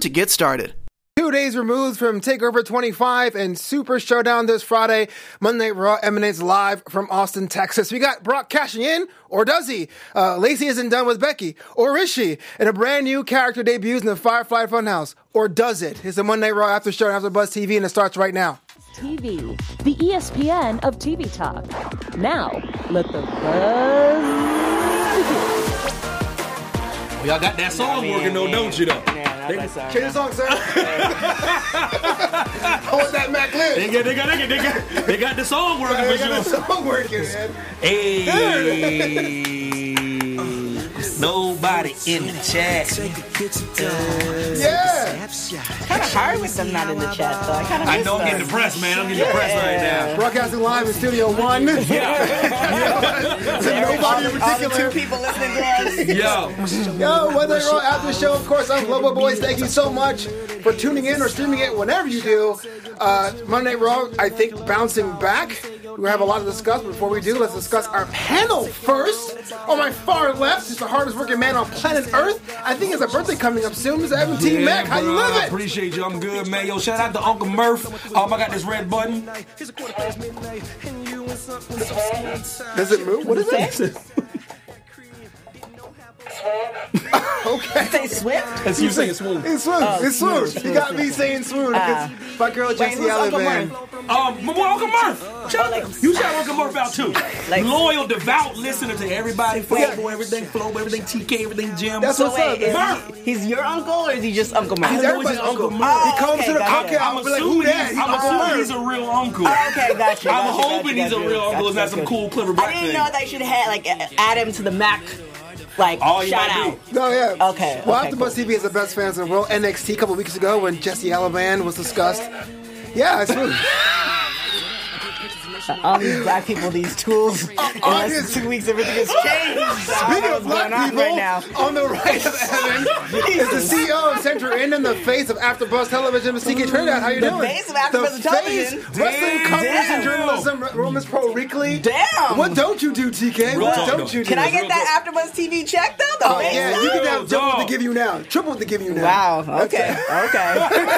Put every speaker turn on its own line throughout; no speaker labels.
to get started.
Two days removed from Takeover 25 and Super Showdown this Friday. Monday Night Raw emanates live from Austin, Texas. We got Brock cashing in, or does he? Uh, Lacey isn't done with Becky, or is she? And a brand new character debuts in the Firefly Funhouse, or does it? It's the Monday Night Raw after show after Buzz TV, and it starts right now.
TV, the E ESPN of TV talk. Now, let the buzz begin.
Well, y'all got that song working though, don't you though?
Yeah, that's that
Change the song, sir. I want that Mac
They
Lynch.
got, they got, they got, they got, they got the song working
I
for
got that
sure.
song working, man.
Hey, nobody in the chat.
Yeah.
kind of hard with them not in the chat, though. I kind of
I know I'm getting depressed, man. I'm getting depressed right now.
Broadcasting live in Studio One. Yeah. to nobody in particular.
people listening to us.
Yo,
Yo, whether you're on after the show, of course, I'm Lobo Boys. Thank you so much for tuning in or streaming it whenever you do. Uh, Monday Night Raw, I think, bouncing back. We have a lot to discuss. Before we do, let's discuss our panel first. On my far left is the hardest working man on planet Earth. I think it's a birthday coming up soon. Mr. Evan T. Mac, how you
bro, I
living?
appreciate you. I'm good, man. Yo, shout out to Uncle Murph. Um, I got this red button.
Does it move? What is it? Okay.
Say Swift.
That's you saying smooth.
It's swoon. it's swoon.
Oh,
You got me saying swoon. because my girl Jesse
Ah. who's
Allen,
Uncle
man.
Um, my boy Uncle Murph. Shout out
Like-
you shout Uncle Murph out too.
Like-
Loyal, devout listener to everybody.
Yeah.
Flobo, everything, Flobo, everything, TK, everything, Jim.
That's
So
what's up.
wait, is
man.
Murph.
he, he's your uncle or is he just Uncle Murph?
He's
I know he's
everybody's
his Uncle
uncle.
Murph.
He comes
"Oh, okay,
to the
got it.
okay. I'm
I'm
gonna be like, who
assuming,
that?
he's,
He's
I'm
Uncle
assuming
Murph.
he's a real uncle.
Oh, okay, gotcha.
I'm
gotcha,
hoping
gotcha,
he's a
gotcha,
real uncle.
gotcha,
It's not some
gotcha.
cool clever
I
black
didn't
thing.
know they should have like add him to the Mac, like
Oh, he
shout
might
out.
No, yeah.
Okay,
Well,
okay,
After Buzz TV is the best fans in the world. NXT a couple weeks ago when Jesse Alaban was discussed. Yeah, it's true.
All these black people, these tools. In less
yes.
than two weeks, everything has changed.
Speaking of black
going on
people,
right now.
on the right of Evan is the CEO of Central Inn and the face of AfterBuzz Television, Mr. CK Trinidad. How you
Mm. The
doing?
face of AfterBuzz
The face,
Television?
Wrestling
Damn.
coverage and
Damn.
journalism, Romans Pro Weekly.
Damn.
What don't you do, TK?
Real
what
talk,
don't
though.
you do?
Can I
Real
get that AfterBuzz TV check though? The
Oh,
face
yeah,
though?
you can have
Real
double to
talk.
give you now, triple to give you now.
Wow. Okay. Okay.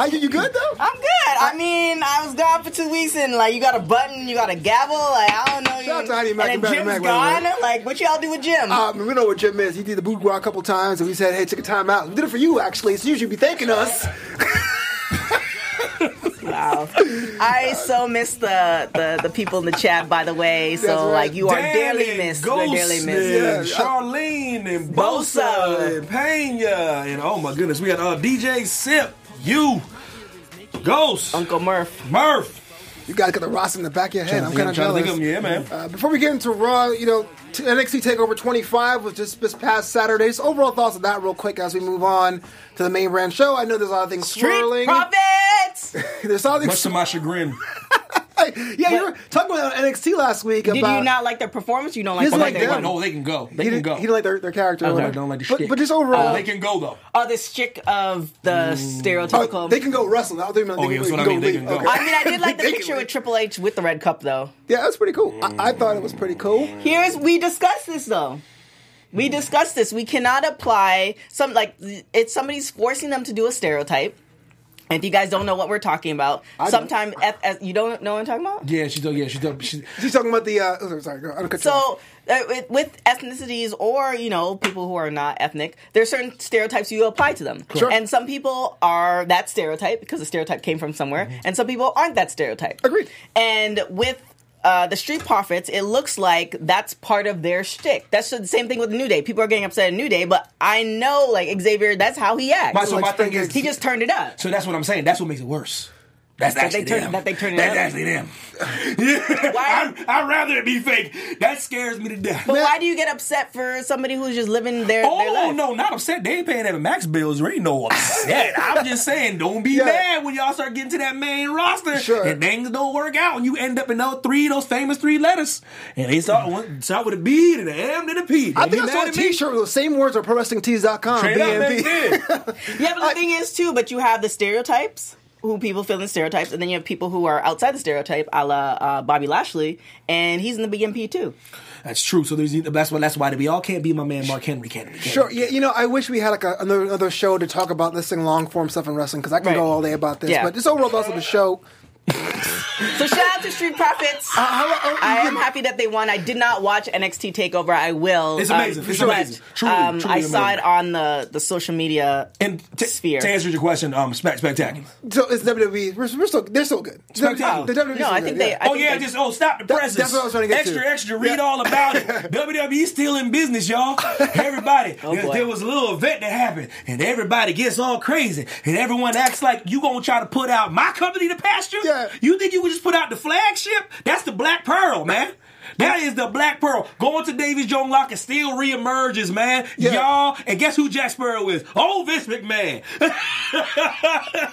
How you, you good though?
I'm good. I mean, I was gone for two weeks, and like, you got a button, you got a gavel. Like, I don't know.
Shout out
you,
to Heidi Mack and
and then
Barry
Jim's
Mack, by the
gone.
way.
Like, what y'all do with Jim?
Um, we know what Jim is. He did the boudoir a couple times, and we said, "Hey, take a time out." We did it for you, actually. So you should be thanking us.
wow. I so miss the, the the people in the chat. By the way,
That's
so
right.
like, you are
Darren
barely missed. You're barely
Ghost
missed.
and
Yeah.
Charlene and
Bosa.
Bosa and Pena and oh my goodness, we got uh, DJ Sip, you, Ghost,
Uncle Murph.
Murph.
You guys got the roster in the back of your head. I'm kind of
trying
jealous.
to think of him. Yeah, man.
Uh, before we get into Raw, you know, t- NXT Takeover 25 was just this past Saturday. Just overall thoughts of that, real quick, as we move on to the main brand show. I know there's a lot of things
Street
swirling.
profits.
There's a lot of
Much
things.
to my chagrin.
Hey, yeah, you were talking about NXT last week
Did
about.
you not like their performance? You don't like
He's
the
Well,
like
they,
way they
them.
went- no, they can go. They
He
can
didn't,
go.
he didn't like their, their character. or
I
whatever.
don't like the
but,
shit. Uh,
but just overall,
they can go though.
Oh, this chick of the stereotypical.
Oh, they can go wrestle. I don't even know.
Oh,
they
yeah,
can,
that's what I mean. They
leave.
can go.
Okay.
I mean, I did like the
They can
picture
leave.
with Triple H with the red cup, though.
Yeah, that's pretty cool. I, I
Mm.
thought it was pretty cool.
Here's we discussed this though. We discussed this. We cannot apply some like it's somebody's forcing them to do a stereotype. And if you guys don't know what we're talking about,
don't.
sometimes you don't know what I'm talking about.
Yeah, she does. Yeah, she does. She,
She's talking about the. Uh, oh, sorry, go- I'll cut you off.
So uh, with, with ethnicities or you know people who are not ethnic, there's certain stereotypes you apply to them,
Sure.
and some people are that stereotype because the stereotype came from somewhere,
Mm-hmm.
and some people aren't that stereotype.
Agreed.
And with uh, the street profits, it looks like that's part of their shtick. That's the same thing with New Day. People are getting upset at New Day, but I know like Xavier, that's how he acts.
my, so my
Like,
thing is,
he just turned it up.
so that's what I'm saying. That's what makes it worse. That's
That
actually
they turn-
them.
that they turn it
That's
up.
actually them. Yeah.
Why-
I, I'd rather it be fake. That scares me to death.
But why do you get upset for somebody who's just living their, their
Oh
life?
no, not upset. They ain't paying that max bills. There ain't no upset. I'm just saying, don't be
Yeah.
mad when y'all start getting to that main roster
Sure.
and things don't work out, and you end up in those three, those famous three letters, and they start one, start with a B, then an M, then a P.
I
They
think I saw
get mad
a
at me.
T-shirt with the same words on ProWrestlingTees.com.
Straight up,
BMP.
that's it.
Yeah, but the thing is too, but you have the stereotypes. Who people fill in stereotypes, and then you have people who are outside the stereotype, a la uh, Bobby Lashley, and he's in the BMP too.
That's true. So there's that's why that's why we all can't be my man Mark Henry. Can't we? Can't
Sure.
we?
Yeah, you know, I wish we had like a, another, another show to talk about this thing, long form stuff in wrestling, because I can
Right.
go all day about this.
Yeah.
But this overall thoughts of the show.
So shout out to Street Profits.
How- oh,
I
you
am
can-
happy that they won. I did not watch NXT Takeover. I will.
It's amazing. It's
but,
amazing. Truly,
um,
truly
I saw
amazing.
it on the, the social media
And t-
sphere.
to answer your question, um, Smack Spectacular.
So it's WWE. We're, we're still, they're still good.
Spectacular.
The WWE's
No,
still
I
good,
think
yeah.
they- I
oh yeah,
they-
just oh stop the
That-
presses.
that's what I was trying to get
extra,
to.
Extra, Read
Yeah.
all about it. WWE still in business, y'all. Everybody. there,
Oh, boy.
there was a little event that happened, and everybody gets all crazy, and everyone acts like you gonna try to put out my company to pasture.
Yeah.
You think you could just put out the flagship? That's the Black Pearl, man. That is the Black Pearl. Going to Davies Joan Lock and still reemerges, man.
Yeah.
Y'all, and guess who Jack Sparrow is? Oh, Vince McMahon.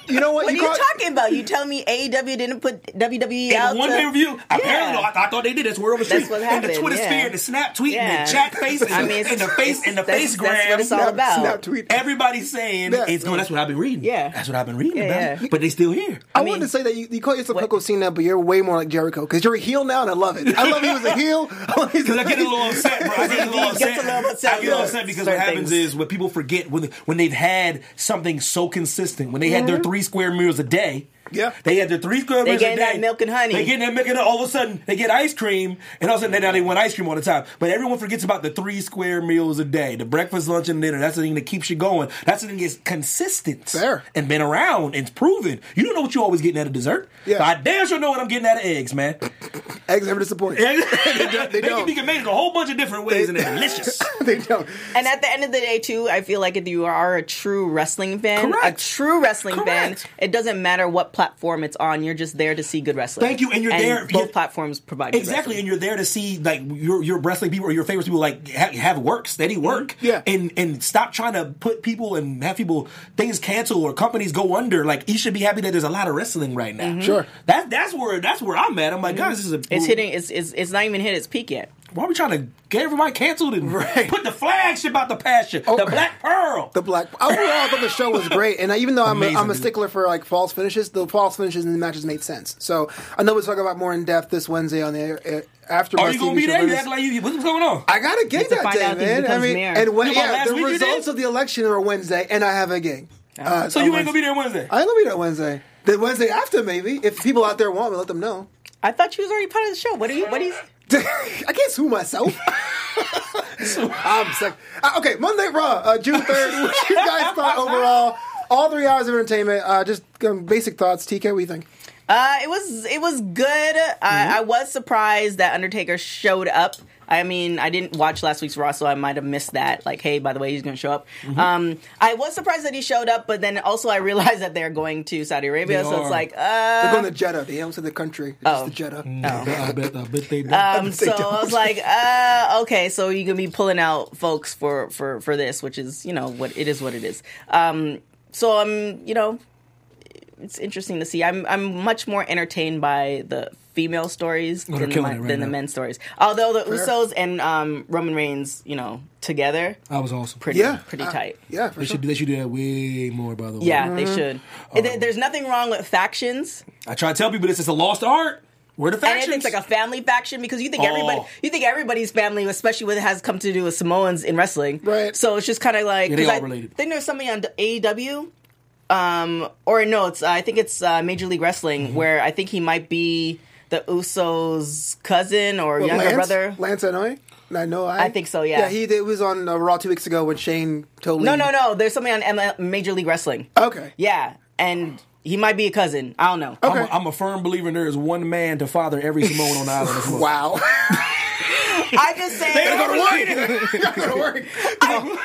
You know what?
What are you
call-
talking about? You tell me AEW didn't put WWE out.
In one
to-
pay per view,
Yeah.
apparently, no, I, I thought they did. That's word on the street.
That's what
And the
happened,
Twitter
yeah.
sphere, and the snap tweet,
Yeah.
and the jack face, and,
I
the-
mean, it's-
and the face, and the
that's-
face
that's
grab.
what it's all Snap- about.
snap tweet.
Everybody's saying
Yeah.
it's going. That's what I've been reading.
Yeah.
that's what I've been reading
Yeah,
about.
yeah.
But they still here.
I,
mean-
wanted to say that you, you call yourself Coco Cena, but you're way more like Jericho because you're a heel now, and I love it. I love he was a heel. I love he's a
Because I get a little
face.
upset, bro. I get a little
He
upset.
gets a little upset
I get a little
about
upset because what
certain
happens
things.
is when people forget when when they've had something so consistent, when they had their three square meals a day.
Yeah.
they had their three square meals a
Mm-hmm. getting
day.
that milk and honey.
They getting that milk and honey. All of a sudden, they get ice cream, and all of a sudden now they want ice cream all the time. But everyone forgets about the three square meals a day: the breakfast, lunch, and dinner. That's the thing that keeps you going. That's the thing that's consistent
Fair.
and been around and proven. You don't know what you always getting out of dessert.
Yeah.
I damn sure know what I'm getting out of eggs, man.
Eggs never disappoint.
they,
don't.
can be made in a whole bunch of different ways, and they're delicious.
they don't.
And at the end of the day, too, I feel like if you are a true wrestling fan,
Correct.
a true wrestling
Correct.
fan, it doesn't matter what platform it's on. You're just there to see good wrestling.
Thank you, and you're there-
Both
you're-
platforms provide good
Exactly,
wrestling.
and you're there to see like your your wrestling people or your favorite people like have, have work, steady work,
Yeah.
and and stop trying to put people and have people things cancel or companies go under. Like you should be happy that there's a lot of wrestling right now.
Sure.
that that's where that's where I'm at. I'm like, guys, this is a
It's hitting. It's, it's it's not even hit its peak yet.
Why are we trying to get everybody canceled and
Right.
put the flagship out the pasture, Oh. the Black Pearl?
The black. Overall, I thought the show was great, and I, even though I'm a,
Amazing,
I'm a
dude.
stickler for like false finishes, the false finishes in the matches made sense. So I know we'll talk about more in depth this Wednesday on the air, uh, after.
are
my
you
TV
gonna be
show,
there?
but
You
it's-
act like you. What's going on?
I got a gig
to
that
find
day,
out if he
man. I
becomes
mean,
mayor.
and when,
You know,
yeah,
last
the
week you did?
results of the election are Wednesday, and I have a gig. Uh,
so
on
you
Wednesday.
ain't gonna be there Wednesday.
I ain't gonna be there Wednesday. The Wednesday after, maybe. If people out there want me, let them know.
I thought you was already part of the show. What are you? What are you?
I can't sue myself. I'm sick. Uh, okay, Monday Raw, uh, June 3rd. What you guys thought overall? All three hours of entertainment. Uh, just um, basic thoughts. TK, what do you think?
Uh, it was it was good.
Mm-hmm.
I, I was surprised that Undertaker showed up. I mean, I didn't watch last week's Raw, so I might have missed that. Like, hey, by the way, he's going to show up.
Mm-hmm.
Um, I was surprised that he showed up, but then also I realized that they're going to Saudi
They
Arabia, so
are.
it's like, uh, oh,
They're going to Jeddah. They don't say the country. It's just the Jeddah.
I bet, I bet they do.
so I was like, uh, okay, so you're gonna be pulling out folks for for for this, which is you know what it is, what it is. Um, so I'm, you know, it's interesting to see. I'm I'm much more entertained by the female stories
Oh, they're
than, the,
killing
men-
it right
than the
now.
men's stories. Although the
Fair.
Usos and um, Roman Reigns, you know, together,
I was awesome.
pretty
Yeah.
pretty
Uh,
tight.
Yeah, for
They
sure.
should, they should do that way more, by the way.
Yeah, they should.
Um,
There- There's nothing wrong with factions.
I try to tell people this is a lost art. We're the
And
factions.
it's like a family faction because you think
Oh.
everybody, you think everybody's family, especially when it has come to do with Samoans in wrestling.
Right.
So it's just kind of like
Yeah, they
'cause
all
I
related.
think there's somebody on AEW, um, or no, it's I think it's uh, Major League
Mm-hmm.
Wrestling where I think he might be the Usos' cousin or
Well,
younger
Lance,
brother.
Lance Anoy? I know. I,
I think so, yeah.
Yeah, he did, was on uh, Raw two weeks ago when Shane totally.
No, no, no. There's somebody on ML- Major League Wrestling.
Okay.
Yeah, and he might be a cousin. I don't know.
Oh
I'm, a, I'm a firm believer there is one man to father every Samoan on the island.
Wow.
I just say.
They don't go to work.
Gotta go to work.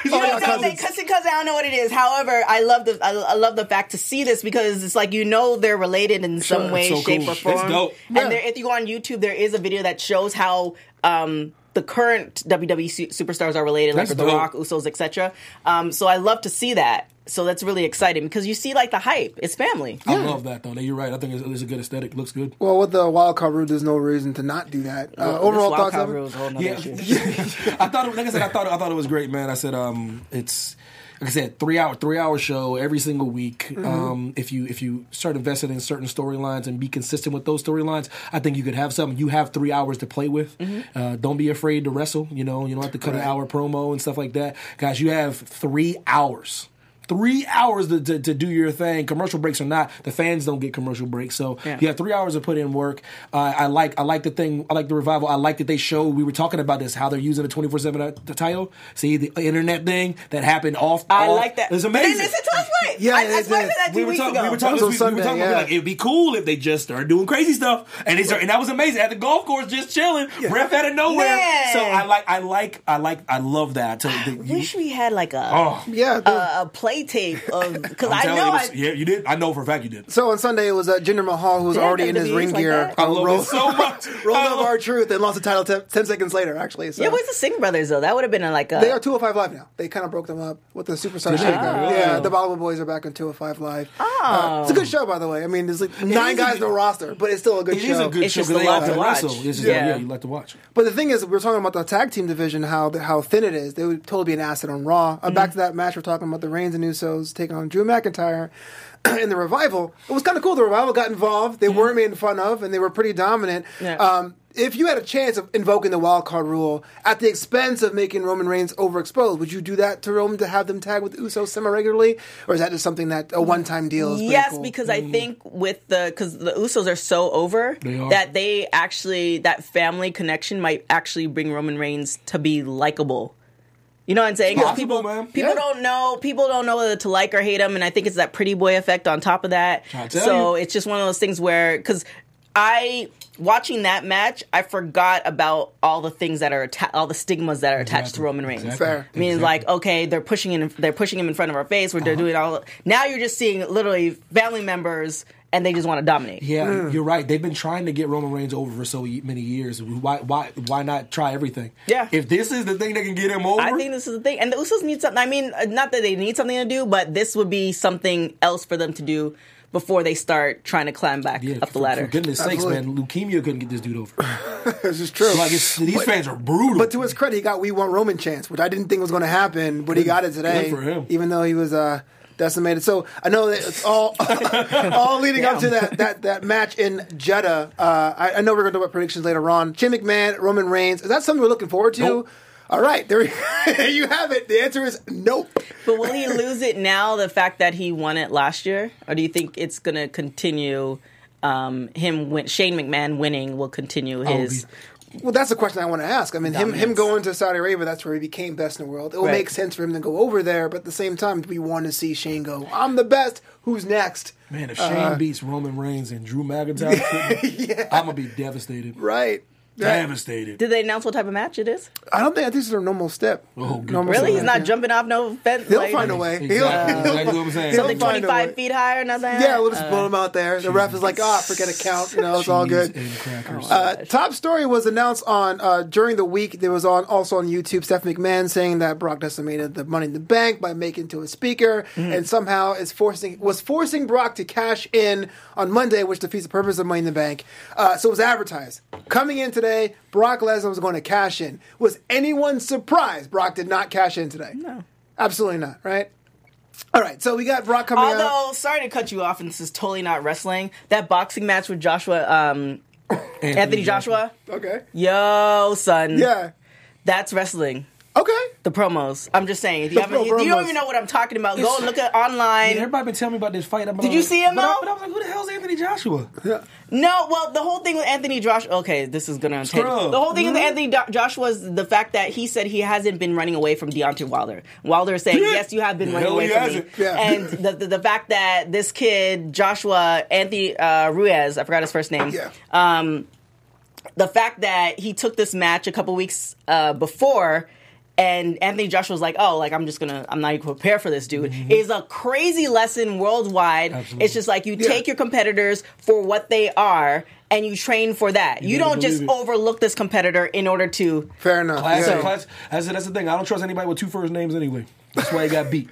You know what I'm saying? Cussing cousins, I don't know what it is. However, I love the I, I love the fact to see this because it's like you know they're related in some
Sure,
way,
it's so
shape,
cool.
or form.
It's dope.
And there, if you go on YouTube, there is a video that shows how um, the current WWE su- superstars are related,
That's
like The
dope.
Rock, Usos, etc. Um, so I love to see that. So that's really exciting because you see like the hype. It's family.
I love that though. You're right. I think it's, it's a good aesthetic. Looks good.
Well, with the wild card rule, there's no reason to not do that. Uh, overall
This
thoughts of
wild card rule
it?
is a whole nother
Yeah,
issue.
I thought. It, like I said, I thought. I thought it was great, man. I said, um, it's like I said, three hour, three hour show every single week. Um, if you if you start investing in certain storylines and be consistent with those storylines, I think you could have something. You have three hours to play with. Uh, don't be afraid to wrestle. You know, you don't have to cut an hour promo and stuff like that, guys. You have three hours. Three hours to, to, to do your thing, commercial breaks or not. The fans don't get commercial breaks, so
Yeah.
you have three hours to put in work. Uh, I like I like the thing. I like the revival. I like that they showed. We were talking about this how they're using the twenty four seven title. See the internet thing that happened off.
I
off-
like that.
It's
But they
amazing.
listen to us play.
Yeah,
I,
they
I swear I
did.
said that two
We were,
weeks
talking,
ago.
we were talking.
That was
this
on
week, we were
Sunday,
talking about,
yeah.
like it'd be cool if they just started doing crazy stuff, and they started, and that was amazing at the golf course, just chilling, ref out of nowhere.
Man.
So I like, I like, I like, I love that. So the- you-
Wish we had like a
oh,
Yeah. dude.
a play tape of because
I'm
I
telling
know
you,
I,
it was- yeah, you did. I know for a fact you did.
so on Sunday, it was uh, Jinder Mahal who was
Yeah,
already in his
WWE is
ring
like
gear.
that. I
uh,
love
rolled-
it so much.
rolled
I
up
love-
our truth and lost the title te- 10 seconds later, actually. So.
yeah, where's the Singh brothers though? That would have been a, like a
They are 205 Live now. They kind of broke them up with the Superstar
they?
shake
Oh.
Yeah, the Volleyball Boys are back on 205 Live. Uh,
Oh.
it's a good show, by the way. I mean, there's like
is
nine
a
guys in
good-
the roster, but it's still a good
It
show.
is a good
It's
show
just
because they
a lot
like to
to
wrestle.
watch.
It's just, yeah.
Yeah.
you like to watch.
But the thing is, we are talking about the tag team division, how how thin it is. They would totally be an asset on Raw. Uh,
Mm.
back to that match, we're talking about the Reigns and Usos taking on Drew McIntyre in the revival. It was kind of cool. The revival got involved. They weren't made fun of, and they were pretty dominant.
Mm. Yeah.
Um, if you had a chance of invoking the wild card rule at the expense of making Roman Reigns overexposed, would you do that to Roman to have them tag with Usos semi regularly, or is that just something that a one time deal? Is pretty
Mm. yes
cool? Mm-hmm.
because I think with the because the Usos are so over
They are.
that they actually that family connection might actually bring Roman Reigns to be likable. You know what I'm saying? 'Cause
Possible,
people
man.
people
Yeah.
don't know people don't know whether to like or hate him, and I think it's that pretty boy effect on top of that.
I tell
So
you.
it's just one of those things where because I watching that match, I forgot about all the things that are atta- all the stigmas that are attached to
Exactly.
Roman Reigns.
Exactly. Uh-huh.
Fair.
I mean, like, okay, they're pushing in, they're pushing him in front of our face. We're they're doing all. Now you're just seeing literally family members, and they just want to dominate.
Yeah, you're right. They've been trying to get Roman Reigns over for so many years. Why, why, why not try everything?
Yeah.
If this is the thing that can get him over,
Uh-huh.
I think this is the thing, and the Usos need something. I mean, uh, not that they need something to do, but this would be something else for them to do before they start trying to climb back
yeah,
up
for-
the ladder.
For goodness sakes,
Absolutely.
man, leukemia couldn't get this dude over.
this is true.
like it's, these fans are brutal.
But to his credit, he got "We Want Roman" chance, which I didn't think was going to happen, but he got it today.
good for him.
Even though he was uh, decimated, so I know that it's all all leading up to that that, that match in Jeddah. Uh, I, I know we're going to talk about predictions later on. Jim McMahon, Roman Reigns, is that something we're looking forward to?
Nope.
All right, there you have it. The answer is nope.
But will he lose it now? The fact that he won it last year, or do you think it's going to continue? Um, him win- Shane McMahon winning will continue
Oh,
his.
Well, that's the question I want to ask. I mean, him, him going to Saudi Arabia, that's where he became best in the world. It will
Right.
make sense for him to go over there, but at the same time, we want to see Shane go, I'm the best, who's next?
man, if
Uh-huh.
Shane beats Roman Reigns and Drew McIntyre, I'm gonna be devastated.
Right.
Devastated.
Did they announce what type of match it is?
I don't think I think it's a normal step.
Oh, good
Normal
point.
Really,
step,
he's not
yeah.
jumping off no fence.
He'll
like-
find a way.
Exactly,
He'll,
exactly what I'm saying.
he'll
Something
find a way.
twenty-five feet Uh, high or nothing.
Yeah, we'll just blow him out there. The ref is like, ah, forget a count. You know, it's all
Cheese
good.
And crackers.
Uh, top story was announced on uh, during the week. There was on also on YouTube. Steph McMahon saying that Brock decimated the Money in the Bank by making to a speaker, and somehow is forcing was forcing Brock to cash in on Monday, which defeats the purpose of Money in the Bank. Uh, so it was advertised coming in today. Brock Lesnar was going to cash in. Was anyone surprised Brock did not cash in today? No, absolutely not. Right. All right. So we got Brock coming out.
Although, sorry to cut you off, and this is totally not wrestling. That boxing match with Joshua, um,
Anthony,
Anthony Joshua.
Okay.
Yo, son.
Yeah.
That's wrestling.
Okay.
The promos. I'm just saying. If you,
The
haven't, you,
pro-
you don't
promos.
even know what I'm talking about. Go look at online.
Yeah, everybody been telling me about this fight. I'm
Did you
like-
see him,
but I,
though?
but I was like, who the hell's Anthony Joshua?
No, well, the whole thing with Anthony Joshua. Okay, this is gonna. Take,
Scrub.
the whole thing
Mm-hmm.
with Anthony Do- Joshua is the fact that he said he hasn't been running away from Deontay Wilder. Wilder is saying,
Yeah.
"Yes, you have been
The
running
hell
away
he
from me."
hasn't. Yeah.
And the, the the fact that this kid Joshua Anthony uh, Ruiz, I forgot his first name.
Yeah.
Um, the fact that he took this match a couple weeks uh, before and Anthony Joshua was like, "Oh, like I'm just gonna, I'm not even prepared for this, dude." Is a crazy lesson worldwide.
Mm-hmm. Absolutely.
It's just like you take your competitors for what they are and you train for that. You,
better
don't just
believe it.
overlook this competitor in order to.
Fair enough.
Class,
yeah.
class, that's, that's the thing. I don't trust anybody with two first names anyway. That's why he got beat.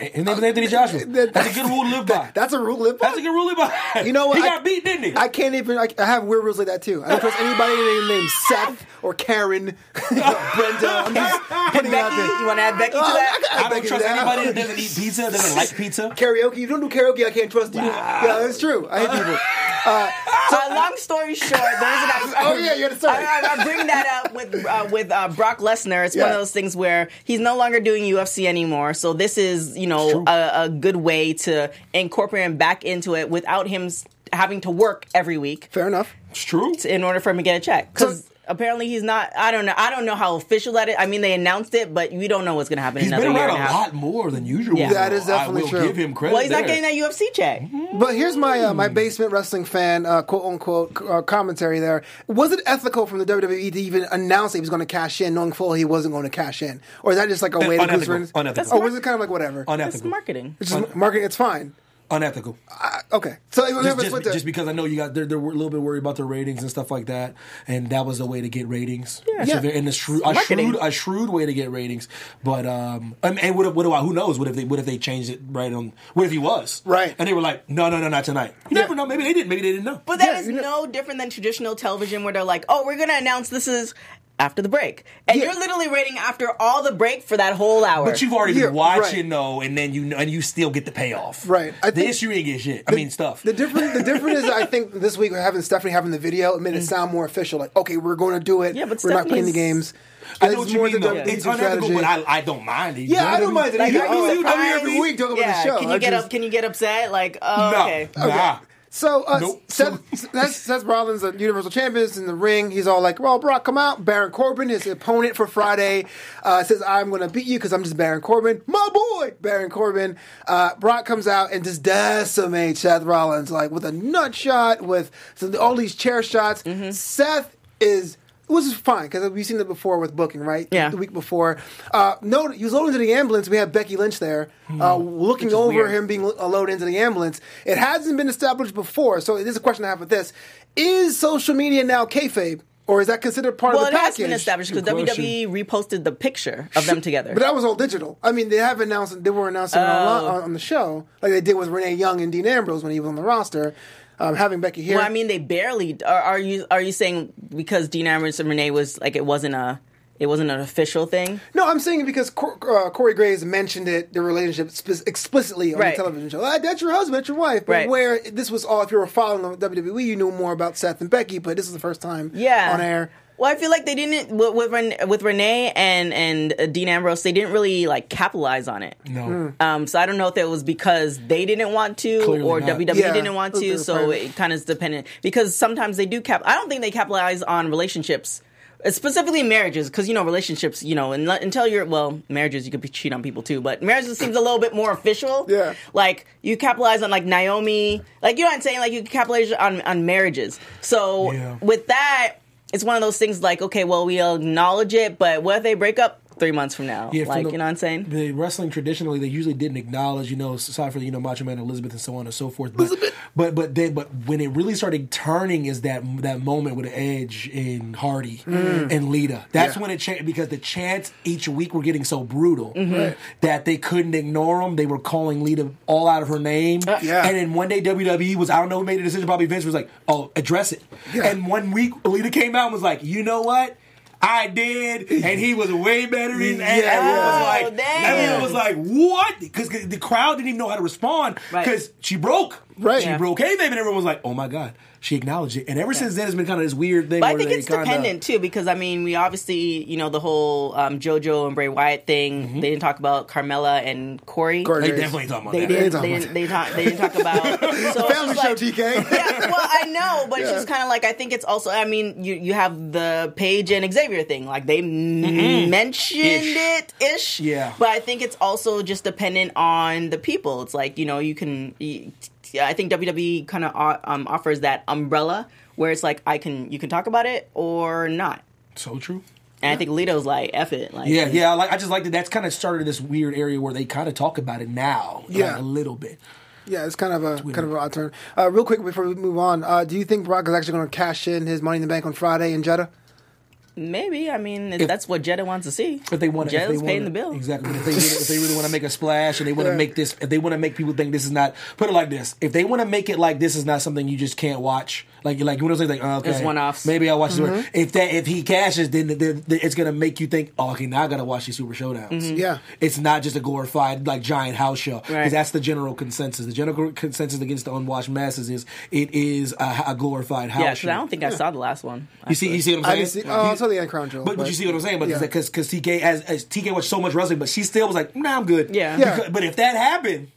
His name is Anthony Joshua.
that-
That's a good rule to live by.
That's a rule. Live by.
That's a good rule to live by.
You know what?
He
I-
got beat, didn't he?
I can't even. I, I have weird rules like that too. I don't trust anybody named, named Seth or Karen, or Brenda. I'm just putting it out
Becky,
there.
you want to add Becky to that?
I- I-
Oh, I
Becky
don't trust
that.
anybody that doesn't eat pizza, that doesn't like pizza.
Karaoke. If you don't do karaoke, I can't trust you. Yeah, that's true. I hate people. Uh,
So, long story short, the reason I,
Oh, yeah, you had a story.
I, I- I bring that up with uh, with uh, Brock Lesnar. It's one
Yeah.
of those things where he's no longer doing UFC anymore. So this is you know
true.
a, a good way to incorporate him back into it without him s- having to work every week
fair enough.
It's true.
in order for him to get a check. Because
So-
apparently he's not. I don't know. I don't know how official that is. I mean, they announced it, but we don't know what's going to happen
He's
another
been
year
around
and
a
a half.
lot more than usual.
Yeah. That
is definitely
I will
true.
give him credit.
Well, he's not
there.
getting that UFC check.
But here's my uh, my basement wrestling fan uh, quote unquote uh, commentary. There was it ethical from the WWE to even announce that he was going to cash in, knowing full he wasn't going to cash in, or is that just like a way to
Unethical.
goose around-
Unethical.
Or was it kind of like whatever?
That's
unethical.
marketing.
It's just marketing. It's fine.
Unethical.
Uh, okay, so it was
Just,
it
just-
was-
just because I know you got they're, they're a little bit worried about their ratings and stuff like that, and that was a way to get ratings. Yeah,
Yeah.
and a shrewd, a
Marketing.
shrewd, a shrewd way to get ratings. But um, I mean, and what if, what do I? Who knows? What if they what if they changed it right on? What if he was
Right.
And they were like, no, no, no, not tonight. You never know. Maybe they didn't. Maybe they didn't know.
But that
Yeah,
is
you know-
no different than traditional television where they're like, oh, we're going to announce this is after the break. And
Yeah.
you're literally waiting after all the break for that whole hour.
But you've already
Yeah,
been watching
right.
though, and then you know, and you still get the payoff.
Right. I
I
think-
this you ain't get shit. I mean stuff.
The difference, the difference is, I think this week having Stephanie having the video it made
Mm.
it sound more official. Like, okay, we're going to do it.
Yeah, but
we're not playing the
Stephanie's-
games.
I
It's
know what you
more
mean
the E
though.
WWE
It's unethical, but I, I don't mind it.
yeah, I don't
WWE
mind it.
like,
either.
I'd be
Oh, you do it
surprised-
every week talking
yeah,
about the show.
Can you
I
get
just-
up? Can you get upset? Like, oh,
No.
okay.
Nah.
So uh,
Nope.
Seth, Seth, Seth Rollins, the Universal Champion, is in the ring. He's all like, "Well, Brock, come out." Baron Corbin, his opponent for Friday, uh, says, "I'm going to beat you because I'm just Baron Corbin, my boy." Baron Corbin, uh, Brock comes out and just decimates Seth Rollins, like with a nut shot, with some- all these chair shots. Seth is. Which is fine because we've seen it before with booking, right?
Yeah.
The week before, uh, no, he was loaded into the ambulance. We had Becky Lynch there, uh, looking over
Hmm. weird.
him being lo- loaded into the ambulance. It hasn't been established before, so this is a question I have with this: Is social media now kayfabe, or is that considered part
Well,
of
it
the
has
package?
been established because
Good
WWE reposted the picture of them together.
But that was all digital. I mean, they have announced they were announcing it
Oh.
online- on, on the show, like they did with Renee Young and Dean Ambrose when he was on the roster. Um, having Becky here,
Well, I mean, they barely are, are you are you saying because Dean Ambrose and Renee was like it wasn't a it wasn't an official thing?
no, I'm saying it because Cor- uh, Corey Graves mentioned it, their relationship spe- explicitly on
Right.
the television show. Ah, that's your husband, that's your wife. But
Right.
where this was all, if you were following the WWE, E, you knew more about Seth and Becky, but this is the first time
yeah.
on air.
Well, I feel like they didn't with with, Ren- with Renee and and uh, Dean Ambrose. They didn't really like capitalize on it.
No.
Um, so I don't know if it was because they didn't want to
Clearly
or
not.
WWE
Yeah.
didn't want to.
Those are
So
private.
it kind of is dependent because sometimes they do cap. I don't think they capitalize on relationships. uh, Specifically, marriages, because you know relationships, you know, and until you're well, marriages you could be cheat on people too, but marriages seems a little bit more official.
Yeah.
like you capitalize on like Naomi, like you know what I'm saying, like you capitalize on on marriages. So
Yeah.
with that, it's one of those things like, okay, well, we acknowledge it, but what if they break up three months from now?
Yeah, from
like,
the-
you know what I'm saying?
The wrestling traditionally they usually didn't acknowledge, you know, aside from you know Macho Man Elizabeth and so on and so forth. But but but, they, but when it really started turning is that that moment with Edge and Hardy and Lita. That's
Mm. Yeah.
when it changed because the chants each week were getting so brutal
Mm-hmm.
that they couldn't ignore them. They were calling Lita all out of her name.
Uh, Yeah.
And then one day WWE was I don't know who made the decision. Bobby Vince was like, oh, address it.
Yeah.
And one week Lita came out and was like, you know what? I did, and he was way better and, and
Yeah,
everyone
yeah.
was like,
Oh, damn.
everyone was like, what? Because the crowd didn't even know how to respond
Right.
because she broke.
Right.
She
Yeah.
broke Hey Babe, and everyone was like, oh my God. She acknowledged it. And ever since then, it's been kind of this weird thing
But I
where
think
they
it's
kinda-
dependent too, because I mean, we obviously, you know, the whole um, JoJo and Bray Wyatt thing. They didn't talk about Carmella and Corey.
Mm-hmm. Corey.
They definitely talking about
They
that.
didn't.
talk
They
about
didn't, they, talk, they didn't talk about. So it's
Family
just
show,
Oh, like-
TK.
yeah, well, I know, but it's just kind of like I think it's also. I mean, you you have the Paige and Xavier thing, like they mentioned
Ish.
it ish.
Yeah.
but I think it's also just dependent on the people. E It's like you know you can. you- I think WWE kind of um, offers that umbrella where it's like I can you can talk about it or not.
So true.
And I think Leto's like F it. Like
Yeah, yeah. I Like I just like that. That's kind of started this weird area where they kind of talk about it now, like,
Yeah.
a little bit.
Yeah, it's kind of a kind of an odd turn. Uh, real quick before we move on, uh, do you think Brock is actually going to cash in his Money in the Bank on Friday in Jeddah?
Maybe. I mean, if
If-
that's what Jetta wants to see.
If they want, to, if
Jetta's
they
paying
want
the bill.
exactly. If they, really, if they really want to make a splash and they want to make this, if they want to make people think this is not, put it like this: if they want to make it like this is not something you just can't watch, like like you want to say like oh, okay,
It's one-offs.
Maybe I'll watch this.
Mm-hmm.
If that if he cashes, then, then, then it's gonna make you think, oh, okay, now I gotta watch these Super Showdowns.
Yeah.
it's not just a glorified like giant house show because
Mm-hmm. Right.
that's the general consensus. The general consensus against the unwashed masses is it is a, a glorified house
Yeah, because
show.
I don't think I saw the last one.
You see, you see what
I
I'm
didn't see.
saying?
Oh, I
You-
saw the Anna Crown Jewel.
but, but you see what I'm saying? But
yeah.
because because TK as, as TK watched so much wrestling, but she still was like, "Nah, I'm good."
Yeah.
Yeah.
Because- but if that happened,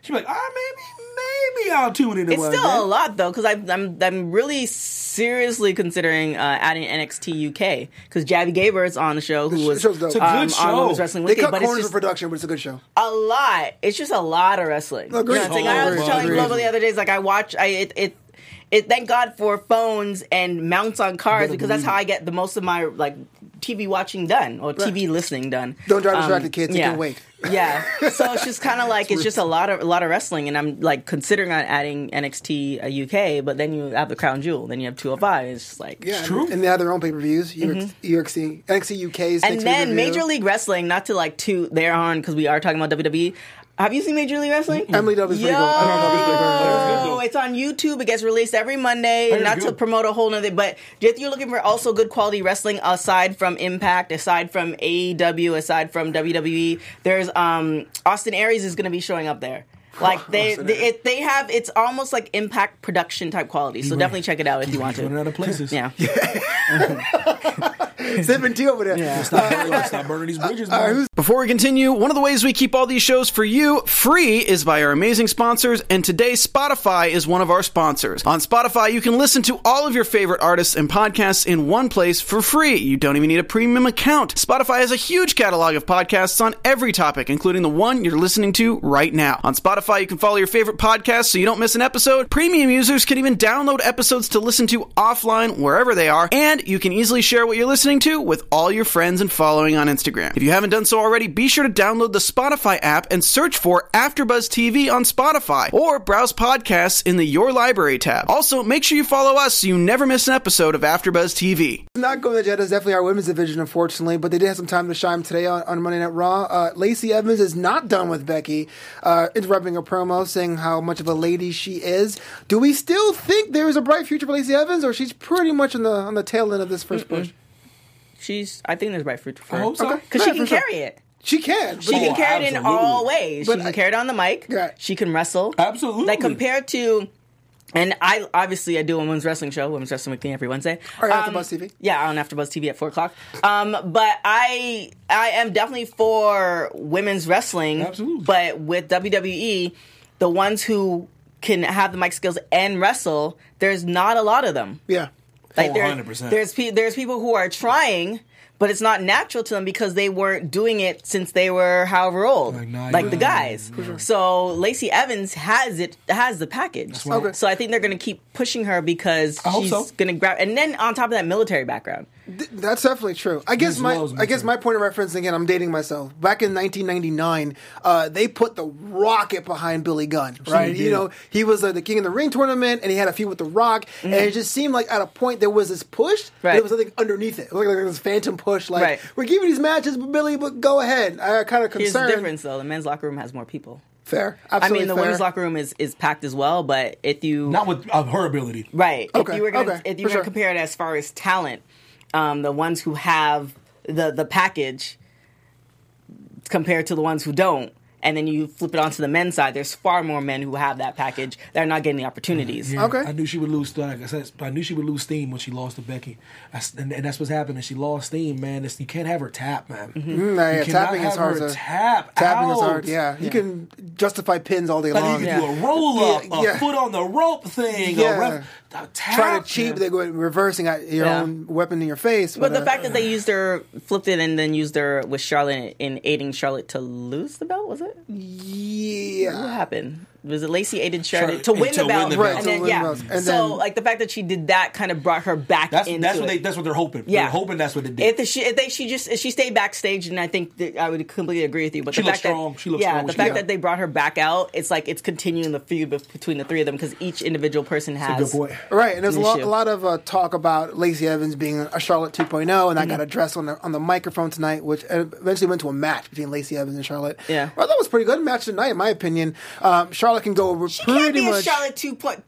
she'd be like, "Ah, maybe maybe I'll tune in."
It's
one
still
day."
a lot though, because I'm I'm really seriously considering uh, adding NXT UK because Javi Gabber's on the show who was
show's dope. It's a
good
um, on
show.
Women's Wrestling
they
Weekly,
cut
but it's
corners
just
for production, but it's a good show.
a lot. It's just a lot of wrestling.
Agreed.
You know what I'm saying? I was
Agreed.
telling
Agreed.
Global the other days, like I watch, I it. it it, thank God for phones and mounts on cars
Better
because that's
believe
how I get the most of my like TV watching done or TV listening done. Um,
Don't drive distracted, kids. You
yeah.
can wait.
Yeah, so it's just kind of like it's just a lot of a lot of wrestling, and I'm like considering on adding NXT uh, UK, but then you have the Crown Jewel, then you have 205. It's just like
Yeah,
true.
And they have their own pay per views. UXC, NXT UK's,
Mm-hmm. and then Major League Wrestling, not to like toot their horn because we are talking about WWE. Have you seen Major League Wrestling?
Emily W's pretty
Yo,
cool. I don't know if it's pretty cool.
Oh, it's on YouTube. It gets released every Monday.
That is
Not to
good.
promote a whole nother, but if you're looking for also good quality wrestling aside from Impact, aside from AEW, aside from WWE, there's um Austin Aries is going to be showing up there. Like they,
Austin
they,
Aries.
it, they have it's almost like Impact production type quality. So definitely check it out if you want
running
to.
out of places.
Yeah.
Sipping tea over there.
Stop, burning, stop burning these bridges. man.
Before we continue, one of the ways we keep all these shows for you free is by our amazing sponsors, and today Spotify is one of our sponsors. On Spotify, you can listen to all of your favorite artists and podcasts in one place for free. You don't even need a premium account. Spotify has a huge catalog of podcasts on every topic, including the one you're listening to right now. On Spotify, you can follow your favorite podcasts so you don't miss an episode. Premium users can even download episodes to listen to offline wherever they are, and you can easily share what you're listening to with all your friends and following on Instagram. If you haven't done so already, be sure to download the Spotify app and search for AfterBuzz TV on Spotify, or browse podcasts in the Your Library tab. Also, make sure you follow us so you never miss an episode of AfterBuzz TV.
Not going to Jeddah is definitely our women's division, unfortunately, but they did have some time to shine today on, on Monday Night Raw. Uh, Lacey Evans is not done with Becky, uh, interrupting a promo saying how much of a lady she is. Do we still think there is a bright future for Lacey Evans, or she's pretty much on the on the tail end of this 1st push?
She's I think there's right fruit for
I
her.
hope so.
Cuz she
Yeah,
can
for sure.
carry it.
She can.
She
but-
can
Oh,
carry it in
absolutely.
all ways.
But
she
I-
can carry it on the mic.
Yeah.
She can wrestle.
Absolutely.
Like compared to, and I obviously I do a women's wrestling show, women's wrestling weekly every Wednesday.
Or AfterBuzz TV.
um, Yeah, on AfterBuzz TV at four o'clock. Um, but I I am definitely for women's wrestling.
Absolutely.
But with WWE, the ones who can have the mic skills and wrestle, there's not a lot of them.
Yeah.
Like there-
100%.
there's pe- there's people who are trying, but it's not natural to them because they weren't doing it since they were however old, like,
Like nine,
the
nine,
guys. So Lacey Evans has it has the package.
what- Okay.
So I think they're going to keep pushing her because
hope
she's
so.
going to grab. And then on top of that, military background.
Th- That's definitely true. I guess
These
my
laws,
I guess my
man.
point of reference again. I'm dating myself. Back in 1999, uh, they put the rocket behind Billy Gunn, right?
they
you
did.
know, he was uh, the king of the ring tournament, and he had a feud with the Rock, and
Mm.
it just seemed like at a point there was this push,
Right.
and there was something underneath it. It was like, like this phantom push, like
Right.
we're giving these matches, but Billy, but go ahead. I kind of
Here's
concerned.
the difference, though: the men's locker room has more people.
Fair, absolutely.
I mean, the
fair.
women's locker room is is packed as well, but if you
Not with uh, her ability.
Right.
Okay,
If you were gonna
okay,
if you were
for
gonna
sure.
compare it as far as talent, um, the ones who have the the package compared to the ones who don't, and then you flip it onto the men's side, there's far more men who have that package that are not getting the opportunities.
Yeah,
Okay.
I knew she would lose. Like I said, I knew she would lose steam when she lost to Becky, I s and, and that's what's happening. She lost steam, man. It's, you can't have her tap, man.
Mm-hmm. Nah, Mm, yeah,
you cannot
tapping
have
is hard.
her
to-
tap.
Tapping is
out.
hard. Yeah, you can justify pins all day
Like
long.
you
Yeah.
can do a roll up,
Yeah,
a
yeah.
foot on the rope thing,
Yeah.
a ref, a tap,
Trying to cheat,
man.
they go reversing at your
Yeah.
own weapon in your face.
But the
uh,
fact that they used their flipped it and then used their with Charlotte in aiding Charlotte to lose the belt was it?
yeah,
What happened? was it Lacey Aiden Sheridan
Sheridan,
to win
to
the
win
belt,
the
belt.
and then
Right, to
yeah.
win the belt. And
so
then-
like the fact that she did that kind of brought her back
That's
into
that's what
it.
they that's what they're hoping.
yeah,
they're hoping that's what they
If
did.
the- she, if they, she just if she stayed backstage, and I think that I would completely agree with you. But
She
the
looked
fact
strong.
that
She looked
yeah,
strong.
the
She-
fact
yeah.
that they brought her back out, it's like it's continuing the feud bef- between the three of them because each individual person has
Good boy.
Right, and there's a
an
lot,
issue.
a lot of uh, talk about Lacey Evans being a Charlotte 2.0, and
Mm-hmm.
that got addressed on the on the microphone tonight, which e, eventually went to a match between Lacey Evans and Charlotte.
Yeah.
well, that was a pretty good match tonight, in my opinion. Um, Charlotte can go over
She
pretty
can't be
much.
a Charlotte two point.